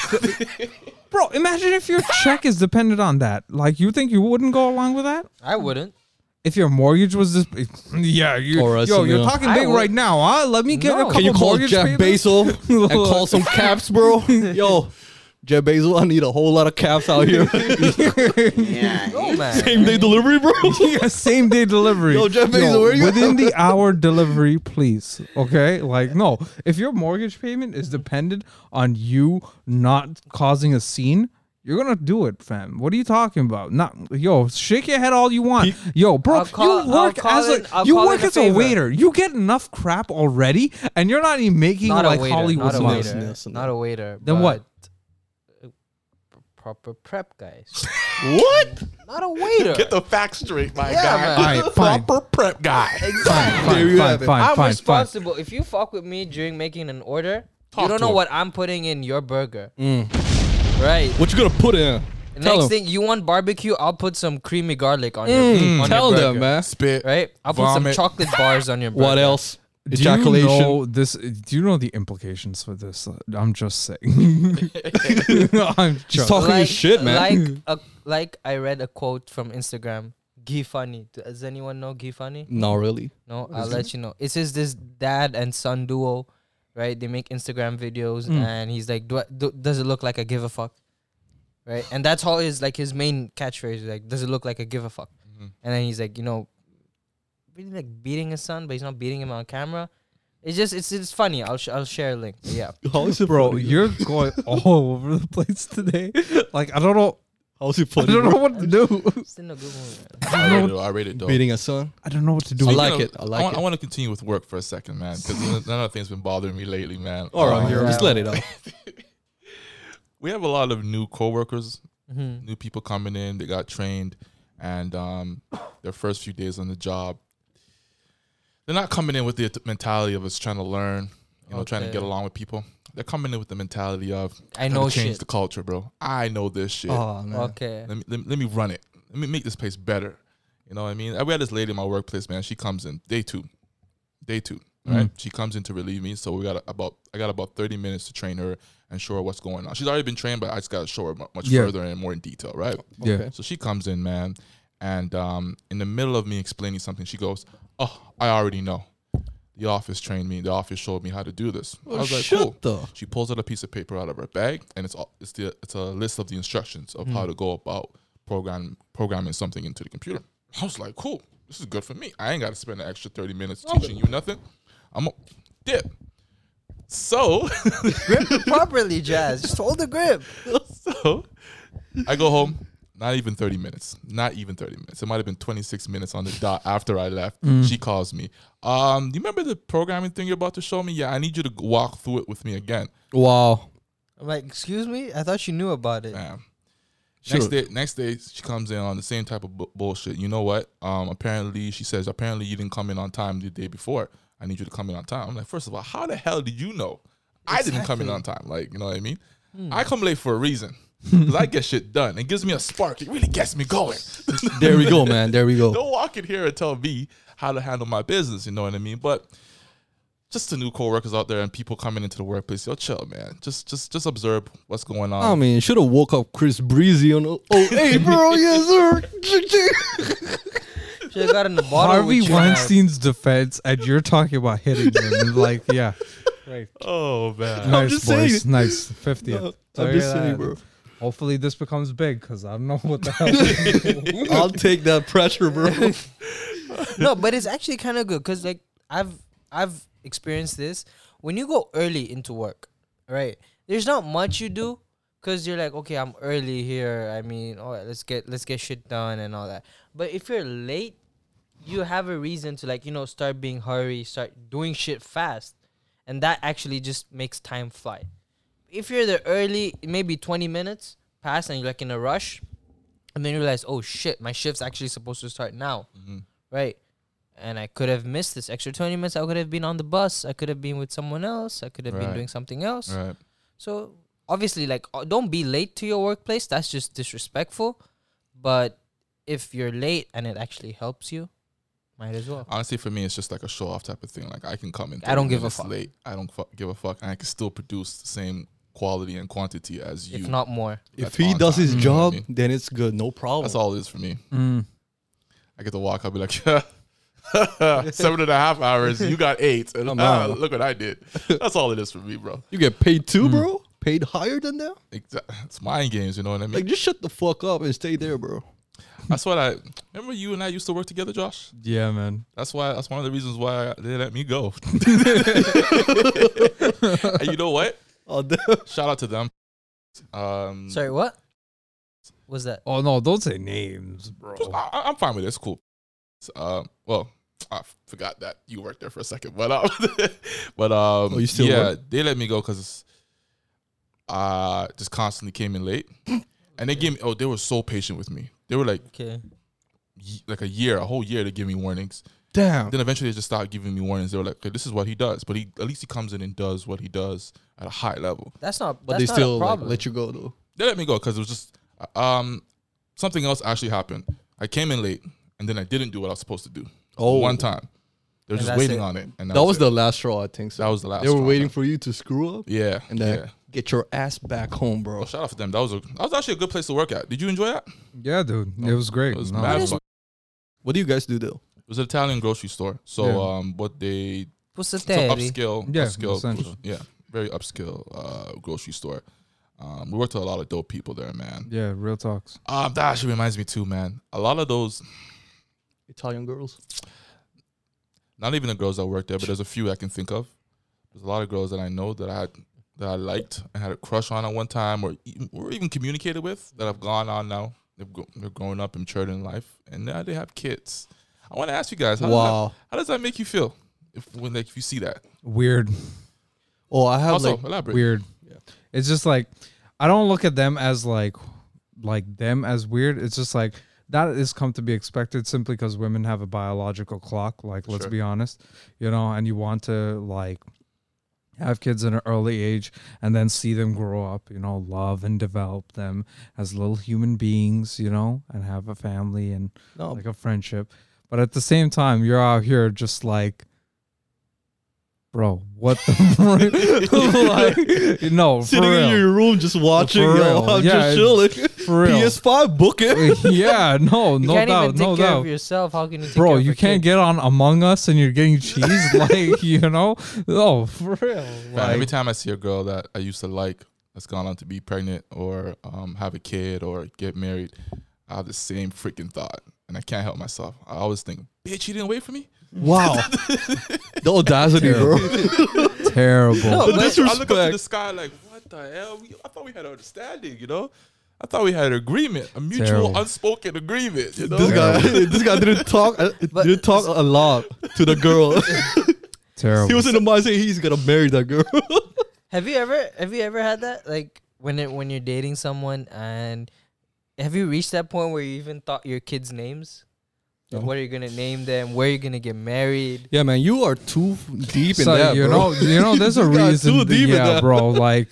Speaker 3: bro, imagine if your check is dependent on that. Like, you think you wouldn't go along with that?
Speaker 2: I wouldn't.
Speaker 3: If your mortgage was this, yeah, you,
Speaker 4: Or us,
Speaker 3: yo, you're
Speaker 4: yeah.
Speaker 3: talking
Speaker 2: I
Speaker 3: big
Speaker 2: would-
Speaker 3: right now, huh? Let me get
Speaker 2: No.
Speaker 3: a couple
Speaker 4: Can you call
Speaker 3: mortgage
Speaker 4: Jeff
Speaker 3: payments.
Speaker 4: Bezos and call some caps, bro? Yo, Jeff Bezos, I need a whole lot of caps out here.
Speaker 2: No man.
Speaker 4: Same day delivery, bro.
Speaker 3: Yeah, same day delivery.
Speaker 4: Yo, Jeff Bezos, where you
Speaker 3: within the hour delivery, please. Okay, like no, if your mortgage payment is dependent on you not causing a scene. You're gonna do it, fam. What are you talking about? Not yo, shake your head all you want, yo, bro.
Speaker 2: I'll call-
Speaker 3: you work
Speaker 2: I'll call
Speaker 3: as a
Speaker 2: in- I'll
Speaker 3: you
Speaker 2: call
Speaker 3: work
Speaker 2: in a
Speaker 3: as a
Speaker 2: favor.
Speaker 3: waiter. You get enough crap already, and you're not even making
Speaker 2: Not
Speaker 3: like
Speaker 2: a waiter.
Speaker 3: Hollywood's
Speaker 2: not a
Speaker 3: money.
Speaker 2: waiter.
Speaker 4: Yes, yes, yes.
Speaker 2: Not a waiter.
Speaker 3: Then what?
Speaker 2: but a Proper prep guys.
Speaker 1: What?
Speaker 2: Not a waiter.
Speaker 1: Get the facts straight, my
Speaker 2: Yeah, man.
Speaker 1: guy.
Speaker 3: All right, fine.
Speaker 1: Proper prep guy.
Speaker 2: exactly.
Speaker 4: There you
Speaker 3: Fine,
Speaker 4: have
Speaker 3: fine,
Speaker 4: it.
Speaker 3: fine,
Speaker 2: I'm
Speaker 3: fine, fine.
Speaker 2: responsible. If you fuck with me during making an order,
Speaker 1: Talk
Speaker 2: you don't
Speaker 1: to
Speaker 2: know
Speaker 1: him.
Speaker 2: what I'm putting in your burger. Right.
Speaker 4: What you gonna put in? Tell
Speaker 2: Next
Speaker 4: him.
Speaker 2: thing you want barbecue, I'll put some creamy garlic on your Mm. on
Speaker 4: Mm. Tell
Speaker 2: your
Speaker 4: them,
Speaker 2: burger.
Speaker 4: man.
Speaker 1: Spit.
Speaker 2: Right? I'll put
Speaker 1: Vomit.
Speaker 2: some chocolate bars on your burger.
Speaker 4: What else?
Speaker 3: Do
Speaker 4: Ejaculation.
Speaker 3: you know this? Do you know the implications for this? I'm just saying. I'm just.
Speaker 4: talking your shit, man.
Speaker 2: Like, a, like I read a quote from Instagram. Gifani. Does anyone know Gifani?
Speaker 4: No, really.
Speaker 2: No, I'll let you know. It's just this dad and son duo, right? They make Instagram videos, and he's like, do, I, do "Does it look like I give a fuck?" Right, and that's all his like his main catchphrase is like, "Does it look like I give a fuck?"
Speaker 4: Mm-hmm.
Speaker 2: And then he's like, you know, really like beating his son, but he's not beating him on camera. It's just it's it's funny. I'll sh- I'll share a link. But yeah,
Speaker 4: How is it,
Speaker 3: Bro,
Speaker 4: funny?
Speaker 3: you're going all over the place today. Like I don't know,
Speaker 4: How is it
Speaker 3: I
Speaker 4: funny?
Speaker 3: don't know
Speaker 4: bro?
Speaker 3: what to do.
Speaker 2: it's in a good one.
Speaker 1: I rate it. I rate it though.
Speaker 4: Beating a son.
Speaker 3: I don't know what to do.
Speaker 4: I
Speaker 1: Speaking
Speaker 4: like
Speaker 1: of-
Speaker 4: it, I like
Speaker 1: want,
Speaker 4: it.
Speaker 1: I want to continue with work for a second, man, because another thing's been bothering me lately, man.
Speaker 4: All right,
Speaker 1: Um,
Speaker 2: yeah.
Speaker 4: just let it out.
Speaker 1: we have a lot of new coworkers,
Speaker 2: Mhm.
Speaker 1: new people coming in. They got trained, and um, their first few days on the job, they're not coming in with the mentality of us trying to learn, you know, trying to
Speaker 2: Okay.
Speaker 1: get along with people. They're coming in with the mentality of
Speaker 2: I
Speaker 1: "I'm
Speaker 2: know
Speaker 1: gonna change
Speaker 2: shit.
Speaker 1: the culture, bro. I know this shit.
Speaker 4: Oh man.
Speaker 2: Okay.
Speaker 1: Let me, let me let me run it. Let me make this place better. You know what I mean? We had this lady in my workplace, man. She comes in day two, day two. Right? She comes in to relieve me, so we got a- about I got about thirty minutes to train her and show her what's going on. She's already been trained, but I just got to show her mu- much
Speaker 3: Yeah.
Speaker 1: further and more in detail, right?
Speaker 3: Yeah.
Speaker 4: Okay.
Speaker 1: So she comes in, man, and um, in the middle of me explaining something, she goes, "Oh, I already know. The office trained me. The office showed me how to do this." I was like,
Speaker 4: shut
Speaker 1: "Cool."
Speaker 4: the-
Speaker 1: She pulls out a piece of paper out of her bag, and it's all, it's the it's a list of the instructions of
Speaker 4: Mm.
Speaker 1: how to go about program programming something into the computer. I was like, "Cool, this is good for me. I ain't got to spend an extra thirty minutes teaching you nothing. I'm a dip." So.
Speaker 2: grip it properly, Jazz. Just hold the grip.
Speaker 1: So I go home, not even 30 minutes. Not even 30 minutes. It might have been 26 minutes on the dot after I left. She calls me. Um, do you remember the programming thing you're about to show me? Yeah, I need you to g- walk through it with me again.
Speaker 4: Wow.
Speaker 2: I'm like, excuse me. I thought you knew about it.
Speaker 1: Bam. Next
Speaker 4: Sure.
Speaker 1: day, next day she comes in on the same type of bu- bullshit. You know what? Um, apparently she says, apparently you didn't come in on time the day before. I need you to come in on time. I'm like, first of all, how the hell did you know? I didn't come in on time. Like, you know what I mean? I come late for a reason. Cause I get shit done. It gives me a spark. It really gets me going.
Speaker 4: There we go, man. There we go.
Speaker 1: don't walk in here and tell me how to handle my business. You know what I mean? But just the new coworkers out there and people coming into the workplace, yo, chill, man. Just, just, just observe what's going on.
Speaker 4: I mean, should have woke up Chris Breezy on. Oh, hey, bro, yes, sir.
Speaker 2: Should have gotten the bottle.
Speaker 3: Harvey
Speaker 2: with you, man.
Speaker 3: Weinstein's defense, and you're talking about hitting him. like, yeah,
Speaker 1: oh man.
Speaker 3: nice
Speaker 4: just
Speaker 3: boys,
Speaker 4: saying.
Speaker 3: nice 50th.
Speaker 4: I'm just saying, bro.
Speaker 3: Hopefully this becomes big because I don't know what the hell.
Speaker 4: I'll take that pressure, bro.
Speaker 2: no, but it's actually kind of good because like I've I've experienced this when you go early into work, right? There's not much you do because you're like, okay, I'm early here. I mean, all right, let's get let's get shit done and all that. But if you're late, you have a reason to like you know start being hurry, start doing shit fast, and that actually just makes time fly. If you're there early, maybe 20 minutes pass and you're like in a rush, and then you realize, oh shit, my shift's actually supposed to start now
Speaker 1: Mm-hmm.
Speaker 2: right? And I could have missed this extra 20 minutes. I could have been on the bus. I could have been with someone else. I could have been
Speaker 1: Right.
Speaker 2: doing something else.
Speaker 1: Right.
Speaker 2: So obviously, like, uh, don't be late to your workplace. That's just disrespectful. But if you're late and it actually helps you, might as well.
Speaker 1: Honestly, for me, it's just like a show off type of thing. Like I can come in.
Speaker 2: I don't
Speaker 1: 30
Speaker 2: give a
Speaker 1: minutes
Speaker 2: fuck.
Speaker 1: Late. I don't fu- give a fuck, and I can still produce the same quality and quantity as you.
Speaker 2: If not more.
Speaker 4: if
Speaker 1: That's
Speaker 4: he
Speaker 1: on
Speaker 4: does
Speaker 1: time,
Speaker 4: his
Speaker 1: you know what I
Speaker 4: job,
Speaker 1: mean?
Speaker 4: then it's good. No problem.
Speaker 1: Mm-hmm. that's all it is for me.
Speaker 3: Mm.
Speaker 1: I get to walk. I'll be like, seven and a half hours. You got eight. And,
Speaker 4: I'm
Speaker 1: ah,
Speaker 4: out.
Speaker 1: look what I did. That's all it is for me, bro.
Speaker 4: You get paid
Speaker 1: Mm.
Speaker 4: too, bro. Paid higher than that.
Speaker 1: Exa- It's mind games. You know what I
Speaker 4: Like
Speaker 1: mean?
Speaker 4: just shut the fuck up and stay there, bro.
Speaker 1: That's what I remember. You and I used to work together, Josh.
Speaker 3: Yeah, man.
Speaker 1: That's why. That's one of the reasons why they let me go. and you know what?
Speaker 4: Oh, damn.
Speaker 1: Shout out to them. Um,
Speaker 2: Sorry, what? Was that?
Speaker 3: Oh no, don't say names, bro.
Speaker 1: Just- I, I- I'm fine with this. Cool. Um, well, I f- forgot that you worked there for a second, but um, but um,
Speaker 4: Oh, you still
Speaker 1: yeah, they let me go because I just constantly came in late, and they gave me. Oh, they were so patient with me. They were like
Speaker 2: Okay.
Speaker 1: y- like a year, a whole year to give me warnings.
Speaker 4: Damn.
Speaker 1: Then eventually they just stopped giving me warnings. They were like, okay, this is what he does, but he at least he comes in and does what he does at a high level.
Speaker 2: That's not.
Speaker 4: But
Speaker 2: that's
Speaker 4: they
Speaker 2: not
Speaker 4: still
Speaker 2: a
Speaker 4: like,
Speaker 2: problem.
Speaker 4: let you go though.
Speaker 1: They let me go because it was just uh, um something else actually happened. I came in late, and then I didn't do what I was supposed to do.
Speaker 4: Oh.
Speaker 1: one time. They were
Speaker 2: And
Speaker 1: just
Speaker 2: that's
Speaker 1: waiting
Speaker 2: it.
Speaker 1: on it, and
Speaker 4: That was
Speaker 1: it.
Speaker 4: the last straw, I think. So
Speaker 1: that was the last.
Speaker 4: they were
Speaker 1: straw,
Speaker 4: waiting
Speaker 1: man.
Speaker 4: for you to screw up
Speaker 1: yeah,
Speaker 4: and then
Speaker 1: yeah.
Speaker 4: get your ass back home, bro.
Speaker 1: Well, Oh, shout out to them. That was a that was actually a good place to work at. Did you enjoy that?
Speaker 3: Yeah, dude, it was great.
Speaker 1: It was
Speaker 3: No,
Speaker 1: mad
Speaker 3: it was-
Speaker 1: fun.
Speaker 4: What do you guys do though?
Speaker 1: It was an Italian grocery store. So
Speaker 3: Yeah.
Speaker 1: um, what they took
Speaker 2: Pusateri.
Speaker 1: upscale,
Speaker 3: Yeah,
Speaker 1: upscale,
Speaker 3: essentially.
Speaker 1: yeah, very upscale uh, grocery store. Um, we worked with a lot of dope people there, man.
Speaker 3: yeah, real talks.
Speaker 1: Um, that actually reminds me too, man. A lot of those,
Speaker 4: Italian girls.
Speaker 1: not even the girls that worked there, but there's a few I can think of. There's a lot of girls that I know that I had, that I liked and had a crush on at one time, or even, or even communicated with that have gone on now. They've gro- they're grown up, matured in life, and now they have kids. I want to ask you guys, how, does,
Speaker 4: Wow.
Speaker 1: that, how does that make you feel if when like if you see that?
Speaker 3: Weird,
Speaker 4: Oh, I have
Speaker 1: Also,
Speaker 4: like
Speaker 1: elaborate.
Speaker 3: weird.
Speaker 4: Yeah.
Speaker 3: It's just like I don't look at them as like like them as weird. It's just like that is come to be expected simply because women have a biological clock. Like, let's
Speaker 1: Sure.
Speaker 3: be honest, you know, and you want to like have kids at an early age and then see them grow up, you know, love and develop them as little human beings, you know, and have a family and
Speaker 4: no.
Speaker 3: like a friendship. But at the same time, you're out here just like, bro, what the frick? like, no, for
Speaker 4: Sitting in
Speaker 3: real,
Speaker 4: your room just watching,
Speaker 3: For
Speaker 4: yo.
Speaker 3: real.
Speaker 4: I'm
Speaker 3: Yeah,
Speaker 4: just chilling.
Speaker 3: for real.
Speaker 4: PS5, book it.
Speaker 3: yeah, no,
Speaker 2: You
Speaker 3: no
Speaker 2: can't
Speaker 3: doubt,
Speaker 2: even take
Speaker 3: no
Speaker 2: care of
Speaker 3: doubt.
Speaker 2: yourself. How can you take care
Speaker 3: Bro,
Speaker 2: of
Speaker 3: you
Speaker 2: a
Speaker 3: can't
Speaker 2: kid?
Speaker 3: get on Among Us and you're getting cheese, like you know. No, for real.
Speaker 1: Man, every
Speaker 3: Like,
Speaker 1: time I see a girl that I used to like that's gone on to be pregnant or um, have a kid or get married, I have the same freaking thought, and I can't help myself. I always think, "Bitch, you didn't wait for me."
Speaker 4: Wow. the audacity, bro.
Speaker 3: terrible.
Speaker 2: No,
Speaker 4: The
Speaker 2: but-
Speaker 1: I look up to the
Speaker 4: disrespect.
Speaker 1: sky like, "What the hell? We, I thought we had an understanding, you know? I thought we had an agreement, a mutual
Speaker 3: Terrible.
Speaker 1: unspoken agreement." You know?
Speaker 4: This guy, this guy didn't talk. uh,
Speaker 2: But-
Speaker 4: didn't talk a lot to the girl.
Speaker 3: terrible.
Speaker 4: he was in the mind saying he's gonna marry that girl.
Speaker 2: Have you ever have you ever had that like when it, when you're dating someone and have you reached that point where you even thought your kids' names? Like,
Speaker 4: No.
Speaker 2: What are you gonna name them? Where are you gonna get married?
Speaker 4: Yeah, man, you are too deep in
Speaker 3: So,
Speaker 4: that,
Speaker 3: you know,
Speaker 4: bro.
Speaker 3: you know, there's a
Speaker 4: This guy's too
Speaker 3: reason.
Speaker 4: deep in
Speaker 3: yeah,
Speaker 4: that.
Speaker 3: bro. Like,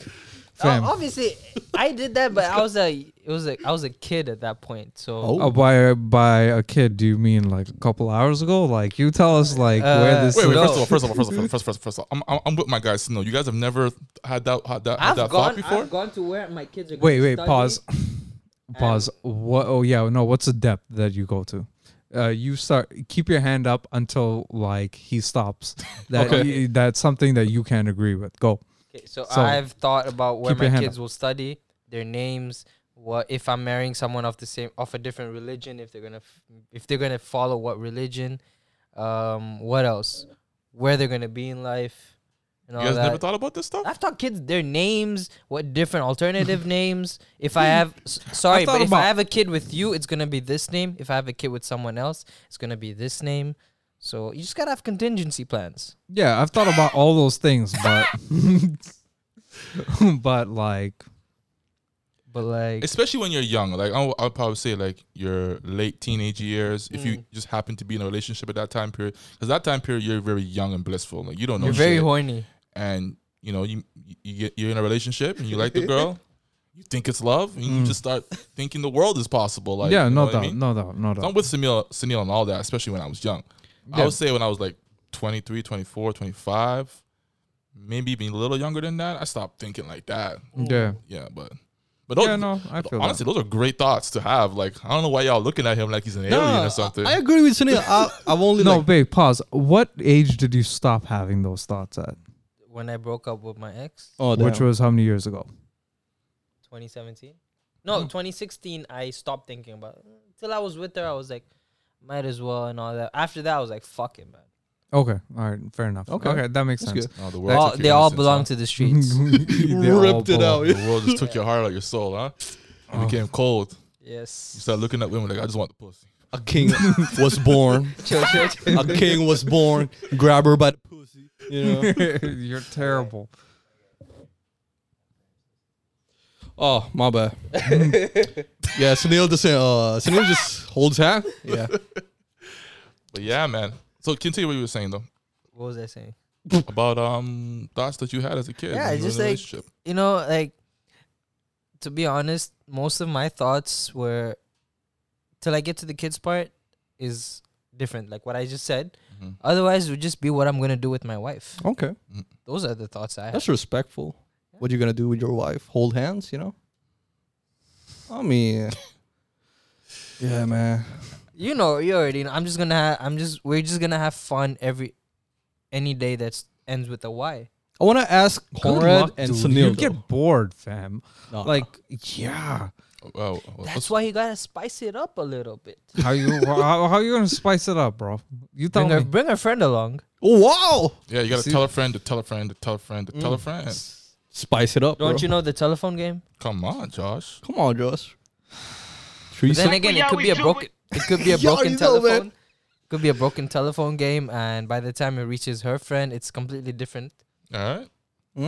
Speaker 3: fam.
Speaker 2: Uh, obviously, I did that, but I was a it was a I was a kid at that point. So
Speaker 4: Oh.
Speaker 3: Oh, by by a kid, do you mean like a couple hours ago? Like you tell us like where
Speaker 2: Uh,
Speaker 3: this
Speaker 1: Wait, wait,
Speaker 3: is.
Speaker 1: first of all, first of all, first of all, first, first, first of all, I'm, I'm, I'm with my guys. No, you guys have never had that, had that, had
Speaker 2: I've
Speaker 1: that
Speaker 2: gone
Speaker 1: thought before.
Speaker 2: I've gone to where my kids are.
Speaker 3: Wait,
Speaker 2: gonna
Speaker 3: wait,
Speaker 2: study.
Speaker 3: pause, pause. What? Oh yeah, no. What's the depth that you go to? Uh, you start keep your hand up until like he stops. That
Speaker 4: Okay.
Speaker 3: y- that's something that you can't agree with. Go.
Speaker 2: Okay, so,
Speaker 3: So,
Speaker 2: I've thought about where
Speaker 3: keep your
Speaker 2: my
Speaker 3: hand
Speaker 2: kids will study, their names, what if I'm marrying someone of the same of a different religion if they're gonna f- if they're gonna follow what religion, um, what else, where they're gonna be in life, and all
Speaker 1: you guys
Speaker 2: that.
Speaker 1: never thought about this stuff?
Speaker 2: I've taught kids their names, what different alternative names. If I have, s- sorry,
Speaker 3: thought
Speaker 2: but if
Speaker 3: about-
Speaker 2: I have a kid with you, it's gonna be this name. If I have a kid with someone else, it's gonna be this name. So you just gotta have contingency plans.
Speaker 3: Yeah, I've thought about all those things, but but like
Speaker 2: But like,
Speaker 1: Especially when you're young, like I'll, I'll probably say like your late teenage years, if
Speaker 3: Mm.
Speaker 1: you just happen to be in a relationship at that time period, because that time period you're very young and blissful, like you don't know
Speaker 2: you're very
Speaker 1: shit.
Speaker 2: horny.
Speaker 1: and you know you you get you're in a relationship and you like the girl, you think it's love, and you just start thinking the world is possible. Like
Speaker 3: Mm. yeah,
Speaker 1: you know
Speaker 3: no
Speaker 1: what I
Speaker 3: doubt,
Speaker 1: mean?
Speaker 3: no doubt, no
Speaker 1: So I'm
Speaker 3: doubt.
Speaker 1: with Sunil, Sunil and all that, especially when I was young. I
Speaker 3: Yeah.
Speaker 1: would say when I was like 23, 24, 25, maybe even a little younger than that, I stopped thinking like that.
Speaker 3: Yeah,
Speaker 1: Yeah, but but those,
Speaker 3: yeah, no, I feel
Speaker 1: honestly, those are great thoughts to have. Like I don't know why y'all looking at him like he's an alien or something.
Speaker 4: I, I agree with Sunil. I, I've only
Speaker 3: that. No,
Speaker 4: like,
Speaker 3: babe, pause. What age did you stop having those thoughts at?
Speaker 2: When I broke up with my ex,
Speaker 4: oh,
Speaker 3: Which was how many years ago?
Speaker 2: 2017, no,
Speaker 4: Hmm.
Speaker 2: 2016, I stopped thinking about it. Till I was with her, I was like, might as well and all that. After that, I was like, fuck it, man.
Speaker 3: Okay, all right, fair enough. Okay,
Speaker 4: Okay.
Speaker 3: that makes
Speaker 4: That's
Speaker 3: sense.
Speaker 1: oh, the world
Speaker 2: All,
Speaker 1: took your
Speaker 2: they all
Speaker 1: innocence,
Speaker 2: belong
Speaker 1: huh?
Speaker 2: to the streets.
Speaker 3: They all
Speaker 4: ripped it
Speaker 3: belong-
Speaker 4: out.
Speaker 1: The world just took your heart out your soul, huh? You
Speaker 3: Oh.
Speaker 1: became cold. You
Speaker 2: yes.
Speaker 1: start looking at women like I just want the pussy.
Speaker 4: a king was born.
Speaker 2: Chill, chill, chill.
Speaker 4: A king was born. Grab her by the pussy. You know.
Speaker 3: You're terrible.
Speaker 4: Oh, my bad. yeah, Sunil just saying, uh, Sunil just holds hand. Yeah.
Speaker 1: But yeah, man. So continue what you were saying though
Speaker 2: What was I saying?
Speaker 1: about um thoughts that you had as a kid.
Speaker 2: Yeah,
Speaker 1: when you
Speaker 2: it's
Speaker 1: were in
Speaker 2: just
Speaker 1: a
Speaker 2: like-
Speaker 1: relationship.
Speaker 2: you know, like to be honest, most of my thoughts were till I get to the kids part is different. Like what I just said.
Speaker 1: Mhm.
Speaker 2: Otherwise, it would just be what I'm gonna do with my wife.
Speaker 4: Okay.
Speaker 2: Those are the thoughts I have.
Speaker 4: That's respectful. What you gonna do with your wife? Hold hands, you know? I mean Yeah, man.
Speaker 2: You know, you already know. I'm just gonna. Ha- I'm just. We're just gonna have fun every any day that ends with a Y.
Speaker 4: I wanna ask Conrad and
Speaker 3: dude.
Speaker 4: Sunil.
Speaker 3: You
Speaker 4: though.
Speaker 3: get bored, fam.
Speaker 4: No,
Speaker 3: Like, yeah.
Speaker 1: Oh, oh,
Speaker 2: That's why you gotta spice it up a little bit.
Speaker 3: How you how, how you gonna spice it up, bro? You tell
Speaker 2: Bring
Speaker 3: me.
Speaker 2: her, bring her friend along.
Speaker 4: Oh, wow.
Speaker 1: yeah, you gotta
Speaker 3: See-
Speaker 1: tell a friend to tell a friend to tell a friend to
Speaker 2: Mm.
Speaker 1: tell a friend.
Speaker 4: Spice it up.
Speaker 2: Don't
Speaker 4: bro.
Speaker 2: you know the telephone game?
Speaker 1: Come on, Josh.
Speaker 4: Come on, Josh.
Speaker 2: But
Speaker 4: Threesome?
Speaker 2: then again, it could be a broken. It could be a
Speaker 4: You already
Speaker 2: broken
Speaker 4: know, man.
Speaker 2: telephone. Could be a broken telephone game, and by the time it reaches her friend, it's completely different.
Speaker 1: All right.
Speaker 4: Mm,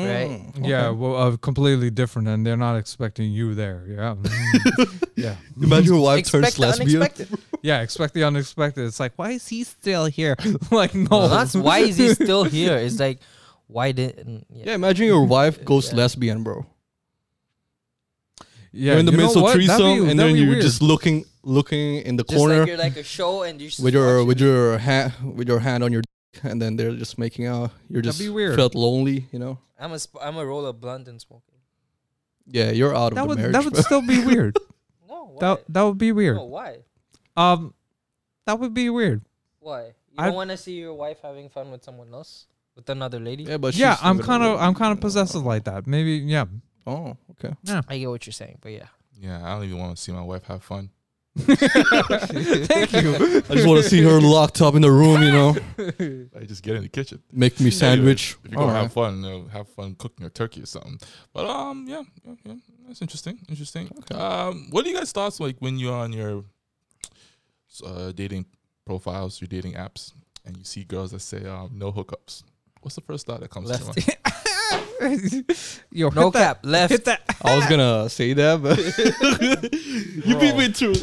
Speaker 4: okay.
Speaker 3: Yeah, well, uh, completely different, and they're not expecting you there. Yeah, Mm-hmm. yeah,
Speaker 4: Imagine your wife
Speaker 2: Expect
Speaker 4: turns
Speaker 2: the
Speaker 4: lesbian.
Speaker 2: unexpected.
Speaker 3: yeah. Expect the unexpected. It's like, why is he still here? like, no,
Speaker 2: Well, that's why is he still here? It's like, why didn't? Yeah.
Speaker 4: Yeah, imagine your wife goes
Speaker 2: Yeah.
Speaker 4: lesbian, bro.
Speaker 3: Yeah,
Speaker 4: you're in the
Speaker 3: you know
Speaker 4: midst of
Speaker 3: what? That'd
Speaker 4: threesome,
Speaker 3: be- that'd
Speaker 4: and then
Speaker 3: be
Speaker 4: you're
Speaker 3: weird.
Speaker 4: just looking, looking in the
Speaker 2: Just
Speaker 4: corner
Speaker 2: like you're like a show, and you just
Speaker 4: with your
Speaker 2: watch
Speaker 4: with
Speaker 2: it.
Speaker 4: your hand with your hand on your, dick, and then they're just making out. You're
Speaker 3: That'd
Speaker 4: just
Speaker 3: be weird.
Speaker 4: felt lonely, you know.
Speaker 2: I'm a sp- I'm a roll of blunt and smoking.
Speaker 4: Yeah, you're out of
Speaker 3: That
Speaker 4: the
Speaker 3: would
Speaker 4: marriage.
Speaker 3: that would
Speaker 4: bro.
Speaker 3: still be weird.
Speaker 2: No, why?
Speaker 3: that that would be weird.
Speaker 2: no, why?
Speaker 3: Um, that would be weird.
Speaker 2: Why? You
Speaker 3: I-
Speaker 2: don't want to see your wife having fun with someone else, with another lady.
Speaker 4: yeah, but
Speaker 3: yeah,
Speaker 4: she's
Speaker 3: I'm
Speaker 4: still
Speaker 3: kind of
Speaker 4: gonna-
Speaker 3: I'm kind of possessive like that. Maybe yeah.
Speaker 4: Oh, okay.
Speaker 2: I get what you're saying, but yeah.
Speaker 1: Yeah, I don't even want to see my wife have fun.
Speaker 3: Thank you.
Speaker 4: I just want to see her locked up in the room, you know.
Speaker 1: Like, just get in the kitchen.
Speaker 4: Make me sandwich.
Speaker 1: If you're
Speaker 4: All
Speaker 1: gonna
Speaker 4: right.
Speaker 1: have fun, you know, have fun cooking a turkey or something. But um, yeah, yeah, yeah that's interesting. Interesting. Um, what are you guys thoughts like when you're on your uh, dating profiles, your dating apps, and you see girls that say um, no hookups? What's the first thought that comes to
Speaker 2: Left.
Speaker 1: mind?
Speaker 3: Yo,
Speaker 2: No
Speaker 3: hit that,
Speaker 2: cap. Left.
Speaker 3: Hit that.
Speaker 4: I was gonna say that, but you beat me too.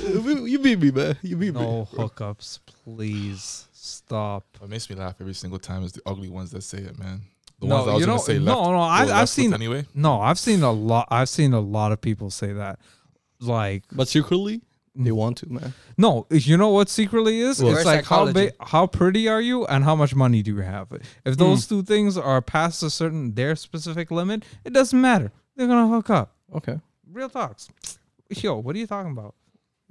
Speaker 4: You beat me, man. You beat me.
Speaker 3: No hookups, please stop.
Speaker 1: What makes me laugh every single time is the ugly ones that say it, man. The
Speaker 3: No,
Speaker 1: ones that I was
Speaker 3: you
Speaker 1: gonna
Speaker 3: don't-
Speaker 1: say
Speaker 3: no,
Speaker 1: left.
Speaker 3: no,
Speaker 1: go
Speaker 3: I- I've
Speaker 1: left foot
Speaker 3: seen-
Speaker 1: anyway.
Speaker 3: No, I've seen a lot. I've seen a lot of people say that. Like,
Speaker 4: But secretly, they want to, man.
Speaker 3: no, you know what secretly is?
Speaker 2: Well-
Speaker 3: it's
Speaker 2: Reverse
Speaker 3: like how
Speaker 2: psychology.
Speaker 3: big, how pretty are you, and how much money do you have? If those
Speaker 1: Hmm.
Speaker 3: two things are past a certain their specific limit, it doesn't matter. They're gonna hook up.
Speaker 4: Okay.
Speaker 3: Real talks. Yo, what are you talking about?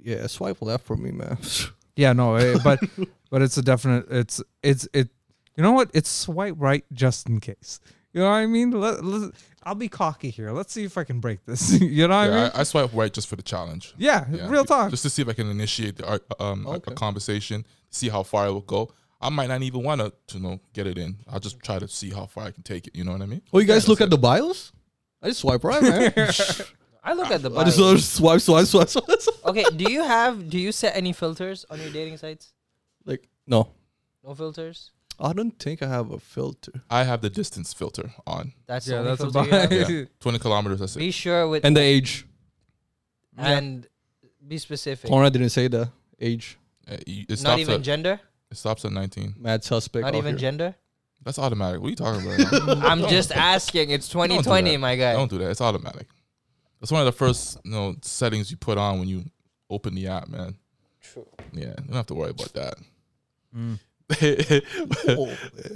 Speaker 4: Yeah, swipe left for me, man.
Speaker 3: Yeah, no, eh, but but it's a definite. It's it's it. You know what? It's swipe right just in case. You know what I mean? Let, let, I'll be cocky here. Let's see if I can break this. you know what I
Speaker 1: yeah,
Speaker 3: mean?
Speaker 1: I, I swipe right just for the challenge.
Speaker 3: Yeah,
Speaker 1: Yeah.
Speaker 3: real talk.
Speaker 1: Just to see if I can initiate the art, um, a- a,
Speaker 4: Okay.
Speaker 1: conversation, see how far it will go. I might not even want to, to know, get it in. I'll just try to see how far I can take it. You know what I mean?
Speaker 4: Oh, you guys look at the bios? I just swipe right, man.
Speaker 2: I look at the
Speaker 4: I just
Speaker 2: bio.
Speaker 4: swipe, swipe, swipe, swipe. swipe.
Speaker 2: okay, do you have do you set any filters on your dating sites?
Speaker 4: Like, no.
Speaker 2: No filters.
Speaker 4: I don't think I have a filter.
Speaker 1: I have the distance filter on
Speaker 2: That's the
Speaker 3: yeah,
Speaker 2: only
Speaker 3: that's
Speaker 2: filter
Speaker 3: about
Speaker 2: you have?
Speaker 1: Yeah. 20 kilometers. That's it.
Speaker 2: Be sure with
Speaker 4: And the age.
Speaker 2: and be specific.
Speaker 4: Conrad didn't say the age.
Speaker 1: Uh, you- It
Speaker 2: Not
Speaker 1: stops,
Speaker 2: even
Speaker 1: at,
Speaker 2: gender.
Speaker 1: it stops at 19.
Speaker 4: Mad suspect.
Speaker 2: Not
Speaker 4: out
Speaker 2: even
Speaker 4: here.
Speaker 2: gender.
Speaker 1: That's automatic. What are you talking about?
Speaker 2: I'm just asking. It's
Speaker 1: do
Speaker 2: 2020,
Speaker 1: that.
Speaker 2: my guy.
Speaker 1: Don't do that. It's automatic. That's one of the first you know, settings you put on when you open the app, man.
Speaker 2: True.
Speaker 1: Yeah, you don't have to worry about that.
Speaker 3: Mm.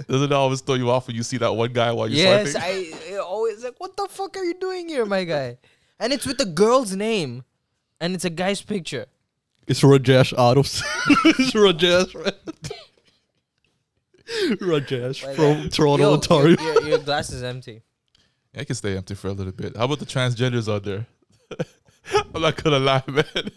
Speaker 1: Doesn't it always throw you off when you see that one guy while you're
Speaker 2: Oh, Yes,
Speaker 1: swiping?
Speaker 2: I I always like, what the fuck are you doing here, my guy? And it's with a girl's name, and it's a guy's picture.
Speaker 4: It's Rajesh out of. it's Rajesh, right? Rajesh
Speaker 2: Like
Speaker 4: from
Speaker 2: that.
Speaker 4: Toronto,
Speaker 2: Yo, your-
Speaker 4: Ontario.
Speaker 2: Your, your glass is empty.
Speaker 1: I can stay empty for a little bit. How about the transgenders out there? I'm not gonna lie, man.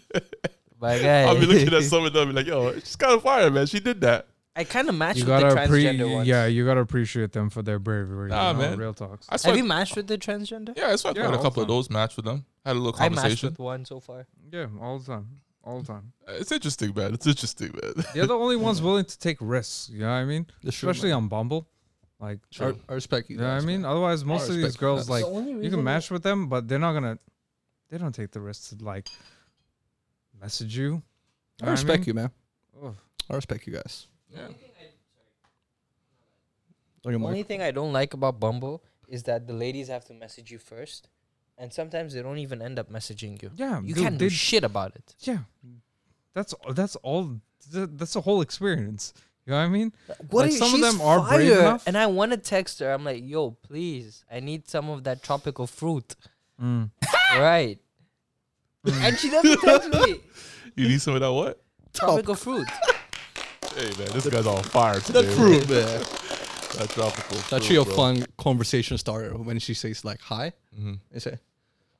Speaker 2: My guy.
Speaker 1: I'll be looking at someone and I'll be like, yo, she's kind of fire, man. She did that.
Speaker 2: I kind of matched
Speaker 3: You
Speaker 2: with the
Speaker 3: gotta
Speaker 2: transgender
Speaker 3: appre-
Speaker 2: ones.
Speaker 3: yeah, you gotta appreciate them for their bravery.
Speaker 1: Nah,
Speaker 3: you know,
Speaker 1: man.
Speaker 3: Real talks.
Speaker 1: I
Speaker 2: Have
Speaker 1: swiped,
Speaker 2: you matched with the transgender?
Speaker 1: yeah, I swiped
Speaker 3: Yeah,
Speaker 1: out a
Speaker 3: all
Speaker 1: couple of
Speaker 3: the time.
Speaker 1: those, matched with them, had a little
Speaker 2: I matched
Speaker 1: conversation.
Speaker 2: with one so far.
Speaker 3: Yeah, all the time, all the time.
Speaker 1: It's interesting, man. It's interesting, man.
Speaker 3: They're the only ones willing to take risks. You know what I mean? Especially on Bumble, like.
Speaker 4: I, I respect you.
Speaker 3: You know what
Speaker 4: guys,
Speaker 3: I mean?
Speaker 4: man.
Speaker 3: Otherwise, most of these
Speaker 4: respect
Speaker 3: girls
Speaker 4: that.
Speaker 3: like
Speaker 2: The only
Speaker 3: you can
Speaker 2: reason-
Speaker 3: match with them, but they're not gonna. They don't take the risk to like message you. you.
Speaker 4: I respect you, man.
Speaker 3: Oh.
Speaker 4: I respect you guys.
Speaker 1: Yeah.
Speaker 4: On your
Speaker 2: The only
Speaker 4: mic.
Speaker 2: thing I don't like about Bumble is that the ladies have to message you first, and sometimes they don't even end up messaging you.
Speaker 3: Yeah,
Speaker 2: You
Speaker 3: dude,
Speaker 2: can't
Speaker 3: they-
Speaker 2: do shit about it.
Speaker 3: yeah, that's that's all. th- That's the whole experience. You know what I mean?
Speaker 2: What
Speaker 3: Like,
Speaker 2: if
Speaker 3: some of
Speaker 2: she's
Speaker 3: them are brave
Speaker 2: fire,
Speaker 3: enough.
Speaker 2: And I want to text her. I'm like, yo, please, I need some of that tropical fruit.
Speaker 4: Mm.
Speaker 2: right. And she doesn't text me.
Speaker 1: You need some of that what?
Speaker 2: tropical fruit.
Speaker 1: Hey, man, this guy's on fire today.
Speaker 4: That
Speaker 1: man.
Speaker 4: fruit, man.
Speaker 1: That tropical.
Speaker 4: That's
Speaker 1: fruit,
Speaker 4: your
Speaker 1: bro.
Speaker 4: fun conversation starter when she says like hi.
Speaker 1: Mhm.
Speaker 4: You say,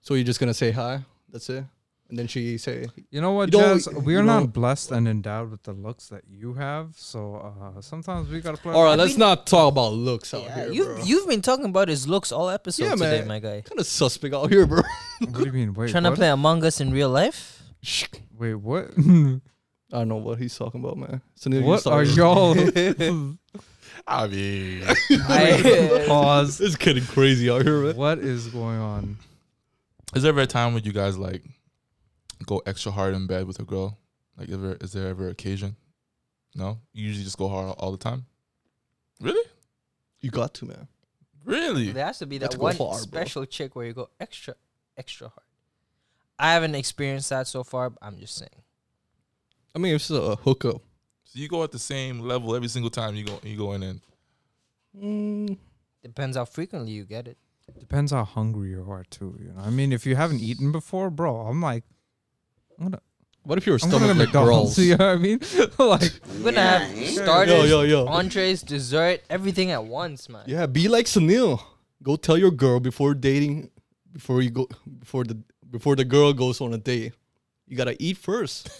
Speaker 4: so you're just gonna say hi. That's it. And then she say,
Speaker 3: You know what,
Speaker 4: You don't-
Speaker 3: Jazz? We
Speaker 4: you
Speaker 3: are
Speaker 4: know-
Speaker 3: not blessed and endowed with the looks that you have, so uh, sometimes we gotta play.
Speaker 4: all right,
Speaker 2: I've
Speaker 4: let's
Speaker 2: been-
Speaker 4: not talk about looks out here,
Speaker 2: you've,
Speaker 4: bro.
Speaker 2: you've been talking about his looks all episode
Speaker 4: Yeah,
Speaker 2: today,
Speaker 4: man.
Speaker 2: my guy.
Speaker 4: kind of suspect out here, bro.
Speaker 3: What do you mean? Wait,
Speaker 2: Trying
Speaker 3: what?
Speaker 2: to play Among Us in real life?
Speaker 3: Wait, what?
Speaker 4: I don't know what he's talking about, man. It's a new
Speaker 3: what
Speaker 4: starter.
Speaker 3: are y'all?
Speaker 1: I mean,
Speaker 2: I,
Speaker 3: Pause.
Speaker 4: It's getting crazy out here, man.
Speaker 3: What is going on?
Speaker 1: is there ever a time when you guys like go extra hard in bed with a girl? Like, ever is there ever occasion? No, you usually just go hard all the time. Really,
Speaker 4: You got to, man.
Speaker 1: really.
Speaker 2: there has to be that
Speaker 4: Let's go
Speaker 2: one
Speaker 4: far, bro.
Speaker 2: special chick where you go extra, extra hard. I haven't experienced that so far. But I'm just saying.
Speaker 4: I mean, it's a hookup.
Speaker 1: So you go at the same level every single time you go you go in and
Speaker 4: Mm,
Speaker 2: Depends how frequently you get it.
Speaker 3: Depends how hungry you are too. You know, I mean, if you haven't eaten before, bro, I'm like, I'm gonna,
Speaker 4: what if your
Speaker 3: I'm gonna
Speaker 4: stomach like
Speaker 3: McDonald's.
Speaker 4: growls?
Speaker 3: You know what I mean? like,
Speaker 2: I'm gonna have starters,
Speaker 4: Yo, yo, yo.
Speaker 2: entrees, dessert, everything at once, man.
Speaker 4: Yeah, be like Sunil. Go tell your girl before dating, before you go, before the before the girl goes on a date, you gotta eat first.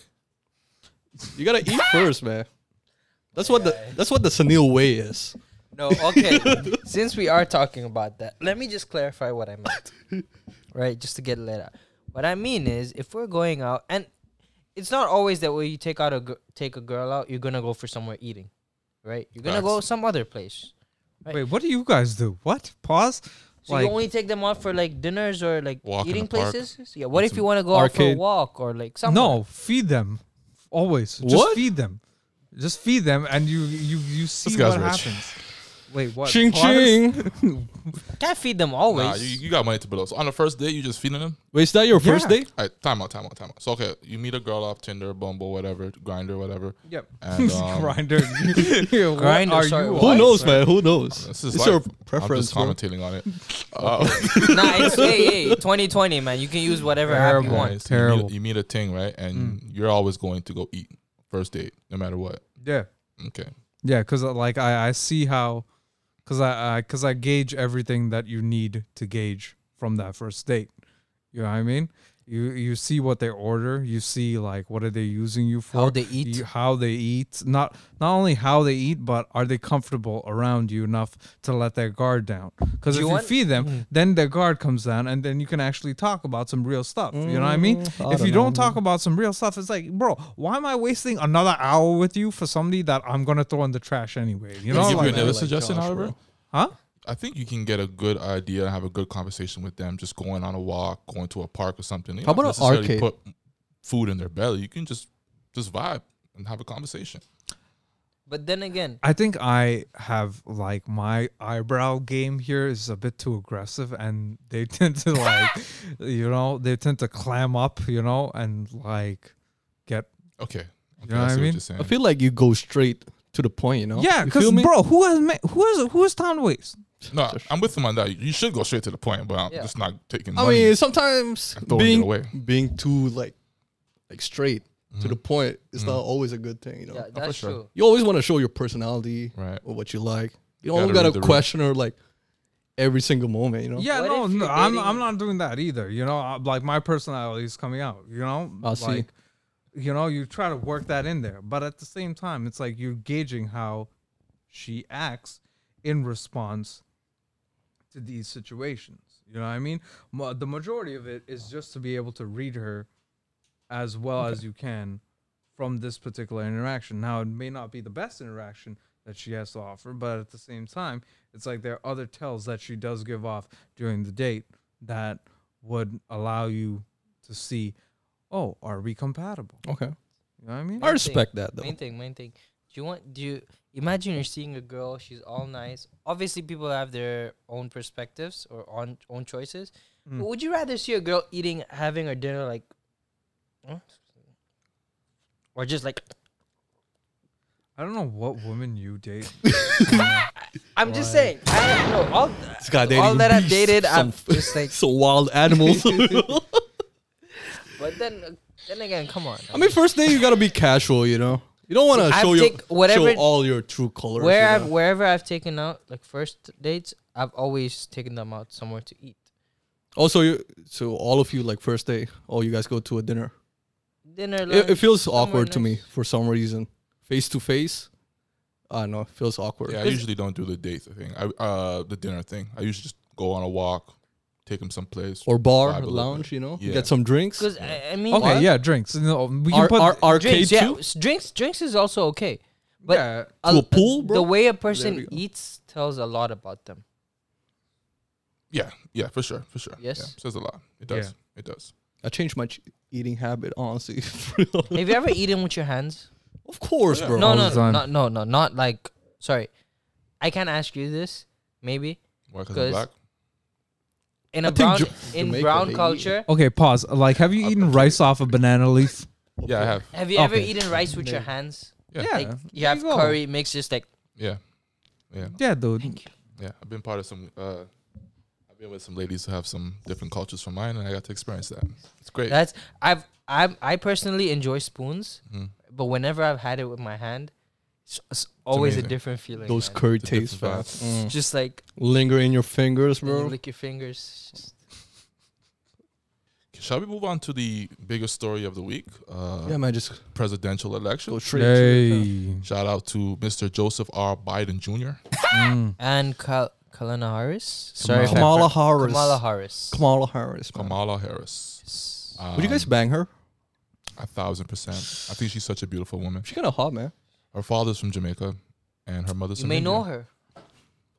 Speaker 4: you gotta eat first, man. That's what the that's what the Sunil way is.
Speaker 2: No, okay. Since we are talking about that, let me just clarify what I meant. right, just to get it laid out. What I mean is, if we're going out, and it's not always that when you take out a gir- take a girl out, you're gonna go for somewhere eating, right? You're gonna go
Speaker 1: Facts.
Speaker 2: some other place. Right.
Speaker 3: wait, what do you guys do? What? Pause.
Speaker 2: So you only take them out for like dinners or like
Speaker 1: Walk in
Speaker 2: eating
Speaker 1: the park,
Speaker 2: places. yeah. What if
Speaker 1: some
Speaker 2: you want to go out for a
Speaker 4: arcade.
Speaker 2: walk or like somewhere?
Speaker 3: no, feed them. Always, just
Speaker 4: What?
Speaker 3: feed them. Just feed them, and you you you see
Speaker 1: guy's
Speaker 3: what
Speaker 1: rich.
Speaker 3: happens. Wait, what?
Speaker 4: Ching
Speaker 3: Pause?
Speaker 4: ching.
Speaker 2: can't feed them
Speaker 1: nah,
Speaker 2: always.
Speaker 1: you, you got money to blow. So on the first day, you just feeding them.
Speaker 4: Wait, is that your first
Speaker 3: Yeah.
Speaker 4: date?
Speaker 1: All right, time out, time out, time out. So okay, you meet a girl off Tinder, Bumble, whatever, Grinder, whatever.
Speaker 3: Yep.
Speaker 1: And, um,
Speaker 3: Grinder. Grinder.
Speaker 2: Grindr, sorry,
Speaker 3: you?
Speaker 2: what?
Speaker 4: Who
Speaker 2: Why,
Speaker 3: on?
Speaker 4: knows, man? Who knows?
Speaker 1: Oh, This is
Speaker 4: it's
Speaker 1: life.
Speaker 4: your
Speaker 1: I'm
Speaker 4: preference.
Speaker 1: just
Speaker 4: bro.
Speaker 1: commentating on it. Uh,
Speaker 2: nah, it's hey, hey, 2020, man. You can use whatever app you
Speaker 3: Terrible.
Speaker 2: want.
Speaker 1: Right, so you meet a- You
Speaker 3: Terrible.
Speaker 1: meet, a thing, right? And you're always going to go eat first date, no matter what.
Speaker 3: Yeah. uh,
Speaker 1: Okay.
Speaker 3: Yeah, because like I, I see how, because I because I gauge everything that you need to gauge from that first date. You know what I mean? You you see what they order. You see like what are they using you for?
Speaker 2: How they eat.
Speaker 3: you- how they eat. Not not only how they eat, but are they comfortable around you enough to let their guard down? Because
Speaker 2: Do you
Speaker 3: if you,
Speaker 2: want- Mm.
Speaker 3: feed them, then their guard comes down, and then you can actually talk about some real stuff. You know what I
Speaker 2: Mm,
Speaker 3: mean?
Speaker 4: I
Speaker 3: if you don't
Speaker 4: don't
Speaker 3: talk about some real stuff, it's like, bro, why am I wasting another hour with you for somebody that I'm gonna throw in the trash anyway? You know,
Speaker 1: give you
Speaker 3: like,
Speaker 1: another
Speaker 4: like
Speaker 1: suggestion,
Speaker 4: Josh,
Speaker 1: however?
Speaker 4: bro.
Speaker 3: huh?
Speaker 1: I think you can get a good idea and have a good conversation with them just going on a walk, going to a park or something. You
Speaker 4: How
Speaker 1: don't
Speaker 4: about an
Speaker 1: necessarily
Speaker 4: arcade?
Speaker 1: Put food in their belly. You can just just vibe and have a conversation.
Speaker 2: But then again,
Speaker 3: I think I have like my eyebrow game here is a bit too aggressive, and they tend to like, you know, they tend to clam up, you know, and like get.
Speaker 1: Okay. okay
Speaker 3: know what I
Speaker 1: see
Speaker 3: mean?
Speaker 1: you're saying.
Speaker 4: I feel like you go straight to the point, you know?
Speaker 3: Yeah,
Speaker 4: Oh, You
Speaker 3: because
Speaker 4: feel me?
Speaker 3: bro, who has ma- who is who is Tom Waits?
Speaker 1: no, I'm with him on that. You should go straight to the point, but I'm
Speaker 2: Yeah.
Speaker 1: just not taking
Speaker 4: I
Speaker 1: money.
Speaker 4: mean, sometimes
Speaker 1: and throwing it
Speaker 4: being
Speaker 1: away. Mm-hmm.
Speaker 4: being too like like straight to the point is not always a good thing, you know.
Speaker 2: yeah, that's
Speaker 1: Oh, sure.
Speaker 2: true.
Speaker 4: You always want to show your personality
Speaker 1: Right.
Speaker 4: or what you like. You
Speaker 1: Gotta
Speaker 4: don't
Speaker 1: read
Speaker 4: got
Speaker 1: the
Speaker 4: to
Speaker 1: room.
Speaker 4: question her like every single moment, you know.
Speaker 3: Yeah,
Speaker 2: What
Speaker 3: no,
Speaker 2: if
Speaker 3: no,
Speaker 2: you're
Speaker 3: I'm
Speaker 2: dating-
Speaker 3: I'm not doing that either. You know, I, like my personality is coming out. You know,
Speaker 4: I see.
Speaker 3: like you know, you try to work that in there, but at the same time, it's like you're gauging how she acts in response to these situations. You know what I mean? Ma- The majority of it is just to be able to read her as well as you can from this particular interaction. Now, it may not be the best interaction that she has to offer, but at the same time, it's like there are other tells that she does give off during the date that would allow you to see, oh, are we compatible?
Speaker 4: Okay.
Speaker 3: You know what I mean?
Speaker 4: I respect that though.
Speaker 2: Main thing, main thing. Do you want? Do you imagine you're seeing a girl? She's all nice. Obviously, people have their own perspectives or on own choices.
Speaker 4: Mm.
Speaker 2: But would you rather see a girl eating, having her dinner like, huh? or just like?
Speaker 3: I don't know what woman you date.
Speaker 2: I'm just saying. I don't know. All,
Speaker 4: This guy dating
Speaker 2: all that I've
Speaker 4: beasts,
Speaker 2: dated,
Speaker 4: some,
Speaker 2: I'm just like.
Speaker 4: some wild animals. I
Speaker 2: But then, uh, then again, come on.
Speaker 4: mean, first thing you gotta be casual, you know. You don't want
Speaker 2: See,
Speaker 4: to
Speaker 2: I've
Speaker 4: show your
Speaker 2: take whatever-
Speaker 4: show all your true colors.
Speaker 2: where
Speaker 4: you
Speaker 2: I've,
Speaker 4: know.
Speaker 2: wherever I've taken out like first dates, I've always taken them out somewhere to eat.
Speaker 4: also, you, so all of you like first day, oh, you guys go to a dinner.
Speaker 2: Dinner.
Speaker 4: It, it
Speaker 2: lunch,
Speaker 4: feels
Speaker 2: somewhere
Speaker 4: awkward to
Speaker 2: nice.
Speaker 4: me for some reason. Face to face, I don't know. It feels awkward.
Speaker 1: Yeah, I usually don't do the date thing. I uh the dinner thing. I usually just go on a walk, take them someplace.
Speaker 4: or bar
Speaker 1: vibe a little
Speaker 4: lounge, you know, you
Speaker 1: Yeah.
Speaker 4: get some drinks.
Speaker 2: Because I, I mean,
Speaker 3: okay,
Speaker 4: What?
Speaker 3: yeah, drinks. No, we can
Speaker 4: Ar-
Speaker 3: put
Speaker 4: ar- arcade
Speaker 2: drinks, yeah,
Speaker 4: too.
Speaker 2: s- drinks, drinks is also okay. But
Speaker 3: yeah.
Speaker 4: To a pool, bro?
Speaker 2: The way a
Speaker 4: we
Speaker 2: person
Speaker 4: go.
Speaker 2: eats tells a lot about them.
Speaker 1: yeah, yeah, for sure, for sure.
Speaker 2: Yes.
Speaker 1: Yeah, says a lot. It does.
Speaker 3: Yeah.
Speaker 1: It does.
Speaker 4: I changed my ch- eating habit, honestly.
Speaker 2: Have you ever eaten with your hands?
Speaker 4: of course,
Speaker 1: Yeah.
Speaker 4: bro.
Speaker 2: No,
Speaker 3: all
Speaker 2: no,
Speaker 3: the
Speaker 2: no,
Speaker 3: time.
Speaker 2: no, no, no, not like. Sorry, I can't ask you this. Maybe
Speaker 1: Why? Because I'm
Speaker 2: 'Cause-
Speaker 1: black.
Speaker 2: in a
Speaker 4: I think
Speaker 2: brown
Speaker 4: Ja-
Speaker 2: in
Speaker 4: Jamaica, they
Speaker 2: brown
Speaker 4: eat.
Speaker 2: culture,
Speaker 3: Okay, pause. Like, have you eaten rice off a banana leaf?
Speaker 1: Yeah, I have.
Speaker 2: have you ever
Speaker 3: Okay.
Speaker 2: eaten rice with your hands?
Speaker 1: Yeah.
Speaker 2: Like you
Speaker 3: there
Speaker 2: have
Speaker 3: go.
Speaker 2: curry mixed just like
Speaker 1: Yeah, yeah,
Speaker 3: Yeah, dude.
Speaker 1: yeah. I've been part of some. Uh, I've been with some ladies who have some different cultures from mine, and I got to experience that. It's great.
Speaker 2: that's. I've I I personally enjoy spoons,
Speaker 1: Mhm.
Speaker 2: but whenever I've had it with my hand, it's, it's always a
Speaker 1: amazing.
Speaker 2: different feeling.
Speaker 4: Those
Speaker 2: man.
Speaker 4: curry
Speaker 1: It's a different
Speaker 4: tastes,
Speaker 1: vibe.
Speaker 4: fast. Mm.
Speaker 2: just like
Speaker 4: Linger in your fingers,
Speaker 2: when you
Speaker 4: bro.
Speaker 2: lick your fingers. just-
Speaker 1: Shall we move on to the biggest story of the week? Uh,
Speaker 4: Yeah, man, just
Speaker 1: Presidential
Speaker 4: go
Speaker 1: election.
Speaker 4: straight. to the-
Speaker 3: Hey.
Speaker 1: Shout out to Mr. Joseph R. Biden Jr.
Speaker 3: Mm.
Speaker 2: and Kal- Kalana Harris. Sorry, if I
Speaker 4: Kamala
Speaker 2: pro-
Speaker 4: Harris.
Speaker 2: Kamala Harris.
Speaker 4: Kamala Harris. man.
Speaker 1: Kamala Harris. Um,
Speaker 4: Would you guys bang her?
Speaker 1: A thousand percent. I think she's such a beautiful woman.
Speaker 4: She's kind of hot, man.
Speaker 1: Her father's from Jamaica, and her mother's
Speaker 2: You
Speaker 1: from
Speaker 2: may
Speaker 1: India.
Speaker 2: know her.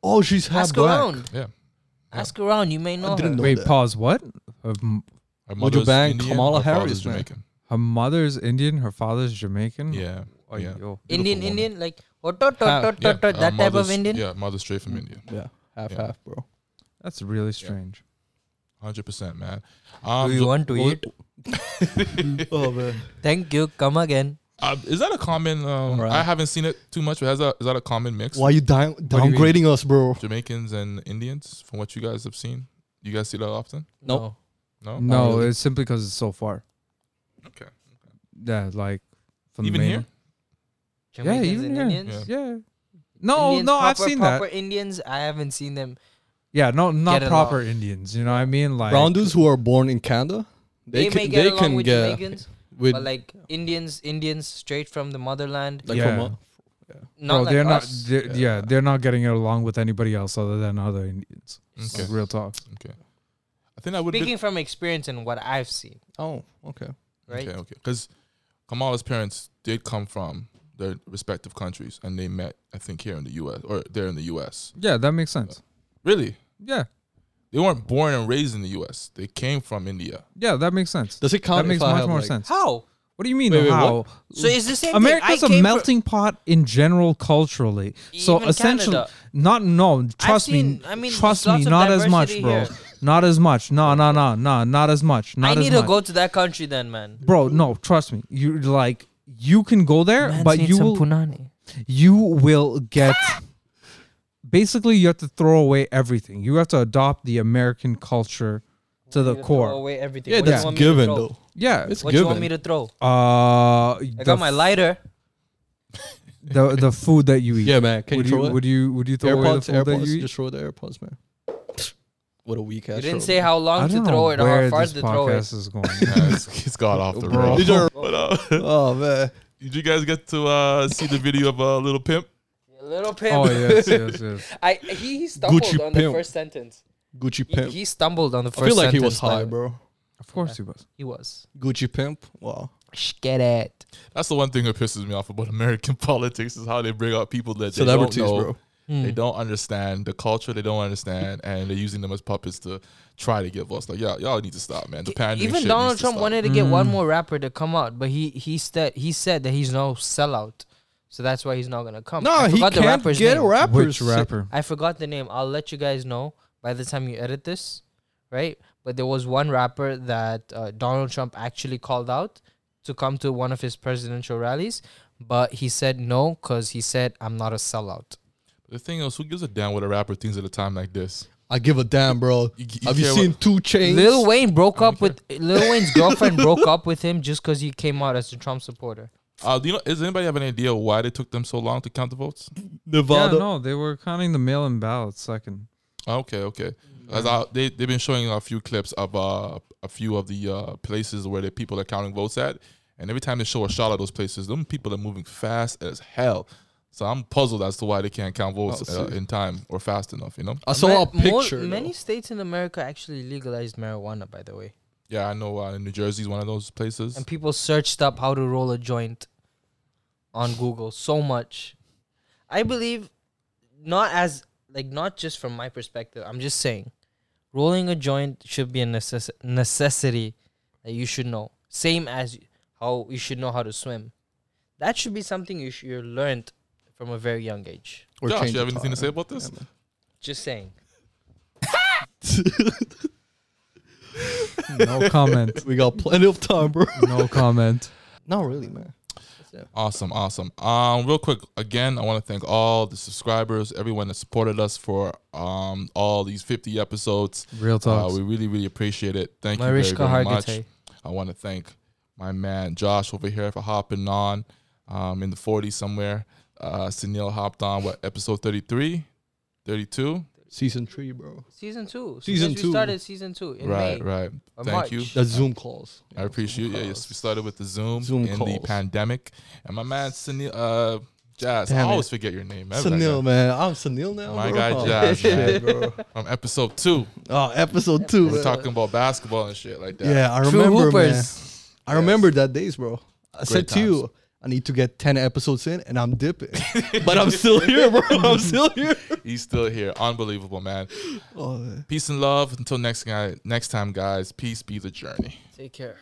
Speaker 4: Oh, she's half
Speaker 2: Ask
Speaker 4: black.
Speaker 2: around.
Speaker 1: Yeah, Yeah.
Speaker 2: Ask around. You may know
Speaker 4: didn't
Speaker 2: her.
Speaker 4: know.
Speaker 3: Wait,
Speaker 4: that.
Speaker 3: pause. What? Her, m-
Speaker 1: her
Speaker 4: Would you
Speaker 1: mother's
Speaker 4: bang
Speaker 1: Indian,
Speaker 4: Kamala
Speaker 1: her father's
Speaker 4: Harris, man?
Speaker 1: Jamaican.
Speaker 3: her mother's Indian. Her father's Jamaican.
Speaker 1: Yeah,
Speaker 3: Oh,
Speaker 1: yeah.
Speaker 3: yo.
Speaker 2: Indian,
Speaker 1: Beautiful woman.
Speaker 2: Indian, like oh, to, to, to,
Speaker 4: Half.
Speaker 2: to, to,
Speaker 1: her
Speaker 2: that type of
Speaker 1: uh, mother's-
Speaker 2: Indian.
Speaker 1: Yeah, mother's straight from India.
Speaker 4: Yeah, half
Speaker 1: Yeah.
Speaker 4: half, bro.
Speaker 3: That's really strange.
Speaker 1: Hundred percent, man. Um,
Speaker 2: Do you
Speaker 1: so-
Speaker 2: want to
Speaker 4: Well,
Speaker 2: eat?
Speaker 4: oh man.
Speaker 2: Thank you. Come again.
Speaker 1: uh, is that a common? Um,
Speaker 4: Alright.
Speaker 1: I haven't seen it too much. But has that is that a common mix?
Speaker 4: Why you down-
Speaker 3: do you mean?
Speaker 4: downgrading us, bro?
Speaker 1: Jamaicans and Indians, from what you guys have seen, you guys see that often?
Speaker 4: Nope.
Speaker 2: No.
Speaker 1: No,
Speaker 3: No,
Speaker 4: really.
Speaker 3: it's simply because it's so far.
Speaker 1: Oh, Okay.
Speaker 3: Yeah, like from the
Speaker 1: even here.
Speaker 3: mainland. Yeah,
Speaker 2: Jamaicans and
Speaker 3: even here.
Speaker 2: Indians.
Speaker 1: Yeah.
Speaker 3: Yeah. No,
Speaker 2: Indians,
Speaker 3: no, I've
Speaker 2: proper-
Speaker 3: seen
Speaker 2: proper
Speaker 3: that.
Speaker 2: Indians, I haven't seen them.
Speaker 3: Yeah, no, not
Speaker 2: Get
Speaker 3: proper
Speaker 2: along.
Speaker 3: Indians. You know what I mean? Like
Speaker 4: Brown dudes who are born in Canada,
Speaker 2: They,
Speaker 4: they, can,
Speaker 2: may get
Speaker 4: they
Speaker 2: along
Speaker 4: can
Speaker 2: with
Speaker 4: get
Speaker 2: Jamaicans,
Speaker 4: with
Speaker 2: but like Indians, Indians straight from the motherland,
Speaker 4: like
Speaker 3: Yeah.
Speaker 4: from a-
Speaker 2: not
Speaker 3: bro,
Speaker 2: like
Speaker 3: they're not.
Speaker 2: us.
Speaker 3: They're, yeah.
Speaker 4: Yeah.
Speaker 3: they're not getting along with anybody else other than other Indians.
Speaker 1: Okay.
Speaker 3: Like, real talk.
Speaker 1: I think I would.
Speaker 2: Speaking from experience and what I've seen,
Speaker 4: Oh, okay.
Speaker 2: right?
Speaker 1: Okay, okay. Because Kamala's parents did come from their respective countries, and they met, I think, here in the U.S. or they're in the U.S.
Speaker 3: Yeah, that makes sense.
Speaker 1: Really,
Speaker 3: Yeah,
Speaker 1: they weren't born and raised in the U.S. They came from India.
Speaker 3: yeah, that makes sense.
Speaker 4: Does it count?
Speaker 3: that makes
Speaker 4: if I
Speaker 3: much
Speaker 4: have,
Speaker 3: more
Speaker 4: like-
Speaker 3: sense.
Speaker 2: How?
Speaker 3: What do you mean?
Speaker 4: Wait, wait,
Speaker 3: how?
Speaker 2: So it's the same.
Speaker 3: America's
Speaker 2: thing. I
Speaker 3: a
Speaker 2: came
Speaker 3: melting pot in general culturally. so
Speaker 2: Even
Speaker 3: essentially,
Speaker 2: Canada.
Speaker 3: not no. Trust
Speaker 2: seen-
Speaker 3: me.
Speaker 2: I mean,
Speaker 3: trust
Speaker 2: there's
Speaker 3: me.
Speaker 2: lots of
Speaker 3: Not as much,
Speaker 2: diversity
Speaker 3: bro.
Speaker 2: here.
Speaker 3: Not as much. No, no, no, no. Not as much.
Speaker 2: From, I
Speaker 3: Not as
Speaker 2: need
Speaker 3: much,
Speaker 2: to go to that country then, man.
Speaker 3: bro. No, trust me. You like you can go there, but you will
Speaker 2: punani.
Speaker 3: you will get. basically, you have to throw away everything. You have to adopt the American culture to the
Speaker 2: Throw
Speaker 3: core.
Speaker 2: away everything.
Speaker 4: Yeah,
Speaker 2: What do you
Speaker 4: that's
Speaker 2: want me to
Speaker 4: given
Speaker 2: throw?
Speaker 4: though.
Speaker 3: Yeah.
Speaker 4: It's
Speaker 2: What do you want me
Speaker 4: given.
Speaker 2: to throw?
Speaker 3: uh,
Speaker 2: I
Speaker 3: the
Speaker 2: got my lighter.
Speaker 3: the the food that you eat.
Speaker 4: Yeah, man. Can
Speaker 3: would
Speaker 4: you
Speaker 3: you,
Speaker 4: throw it?
Speaker 3: would you would you throw away the
Speaker 4: AirPods,
Speaker 3: food that you
Speaker 4: AirPods,
Speaker 3: eat?
Speaker 4: just throw the AirPods, man. What a weak ass.
Speaker 2: You didn't
Speaker 4: show,
Speaker 2: say
Speaker 4: man.
Speaker 2: how long to throw it or how far to throw it.
Speaker 3: podcast is going.
Speaker 1: Yeah, it's, it's got off the
Speaker 3: Bro.
Speaker 1: road.
Speaker 4: These are-
Speaker 1: But, uh,
Speaker 4: Oh man,
Speaker 1: did you guys get to uh, see the video of uh, little pimp?
Speaker 2: Little pimp.
Speaker 3: oh yes, yes, yes.
Speaker 2: I he, he stumbled
Speaker 4: Gucci
Speaker 2: on the
Speaker 4: pimp.
Speaker 2: first sentence.
Speaker 4: Gucci
Speaker 2: He,
Speaker 4: pimp.
Speaker 2: he stumbled on the first.
Speaker 4: I feel like he was
Speaker 2: sentence, by
Speaker 4: high,
Speaker 2: the way.
Speaker 4: bro.
Speaker 3: Of course he was.
Speaker 2: He was.
Speaker 4: Gucci pimp. Wow.
Speaker 2: Get it.
Speaker 1: That's the one thing that pisses me off about American politics is how they bring out people that they don't
Speaker 4: Celebrities,
Speaker 1: know.
Speaker 4: bro.
Speaker 2: Hmm.
Speaker 1: They don't understand the culture. They don't understand, and they're using them as puppets to try to give us like, yeah, y'all need to stop, man. The pandering
Speaker 2: E-, Even
Speaker 1: shit
Speaker 2: Donald
Speaker 1: needs to
Speaker 2: Trump
Speaker 1: stop.
Speaker 2: wanted to get one
Speaker 3: Mm.
Speaker 2: more rapper to come out, but he he said he said that he's no sellout, so that's why he's not gonna come.
Speaker 4: No,
Speaker 2: I
Speaker 4: he
Speaker 2: forgot the
Speaker 4: can't
Speaker 2: rapper's
Speaker 4: get
Speaker 2: name.
Speaker 3: Which
Speaker 4: rappers.
Speaker 3: rapper?
Speaker 2: I forgot the name. I'll let you guys know by the time you edit this, right? But there was one rapper that uh, Donald Trump actually called out to come to one of his presidential rallies, but he said no because he said I'm not a sellout.
Speaker 1: The thing is, who gives a damn what a rapper thinks at a time like this?
Speaker 4: I give a damn, bro.
Speaker 1: You-
Speaker 4: Have you
Speaker 1: care
Speaker 4: seen Two Chains?
Speaker 2: Lil Wayne broke
Speaker 1: I
Speaker 2: up
Speaker 1: don't
Speaker 2: with Lil Wayne's girlfriend broke up with him just because he came out as a Trump supporter.
Speaker 1: What, uh, do you know? Does anybody have an idea why they took them so long to count the votes?
Speaker 3: Yeah,
Speaker 4: Nevada.
Speaker 3: no, they were counting the mail-in ballots second.
Speaker 1: Oh, Okay, okay. As I, they they've been showing a few clips of uh, a few of the uh, places where the people are counting votes at, and every time they show a shot of those places, them people are moving fast as hell. So I'm puzzled as to why they can't count votes
Speaker 4: Oh,
Speaker 1: uh,
Speaker 4: see.
Speaker 1: in time or fast enough. You know?
Speaker 4: I saw a
Speaker 2: Ma- more-
Speaker 4: picture.
Speaker 2: many
Speaker 4: Many
Speaker 2: states in America actually legalized marijuana, by the way,
Speaker 1: Yeah, I know. Uh, New Jersey's one of those places.
Speaker 2: and people searched up how to roll a joint on Google so much. I believe, not as like not just from my perspective. I'm just saying, rolling a joint should be a necess- necessity that you should know. Same as how you should know how to swim. That should be something you sh- you're learned from a very young age.
Speaker 1: Josh, you have anything to say about this?
Speaker 2: Just saying.
Speaker 3: No comment.
Speaker 4: we got plenty of time, bro.
Speaker 3: No comment.
Speaker 4: Not really, man.
Speaker 1: Awesome, awesome. Um, real quick, again, I want to thank all the subscribers, everyone that supported us for um all these fifty episodes.
Speaker 3: Real
Speaker 1: Uh,
Speaker 3: talk.
Speaker 1: we really, really appreciate it. Thank you
Speaker 2: Mariska
Speaker 1: very, very much.
Speaker 2: Hargitay.
Speaker 1: I want to thank my man Josh over here for hopping on um, in the 40s somewhere. Uh, Sunil hopped on, what, episode 33? 32?
Speaker 4: Season three, bro.
Speaker 2: Season two. So
Speaker 4: Season
Speaker 2: since
Speaker 4: two.
Speaker 2: We started season two in
Speaker 1: right,
Speaker 2: May.
Speaker 1: right.
Speaker 2: or
Speaker 1: Thank
Speaker 2: March.
Speaker 1: you.
Speaker 4: That's Zoom calls.
Speaker 1: I appreciate Yeah, yes, we started with the Zoom,
Speaker 4: Zoom
Speaker 1: in the
Speaker 4: calls.
Speaker 1: pandemic. And my man Sunil, uh, Jazz,
Speaker 4: Damn
Speaker 1: I
Speaker 4: it.
Speaker 1: always forget your name. man.
Speaker 4: Sunil, man. I'm Sunil now.
Speaker 1: My
Speaker 4: bro.
Speaker 1: guy
Speaker 4: Oh,
Speaker 1: Josh,
Speaker 4: shit, bro.
Speaker 1: From episode two,
Speaker 4: Oh, episode two.
Speaker 1: we're
Speaker 4: man.
Speaker 1: talking about basketball and shit like that.
Speaker 4: Yeah, I
Speaker 2: True
Speaker 4: remember, man.
Speaker 2: Hoopers.
Speaker 4: I remember that days, bro. I said to
Speaker 1: times.
Speaker 4: you, I need to get ten episodes in, and I'm dipping, but I'm still here, bro. I'm still here.
Speaker 1: He's still here. Unbelievable, man.
Speaker 4: Oh, man.
Speaker 1: Peace and love. Until next guy, next time, guys. Peace be the journey.
Speaker 2: Take care.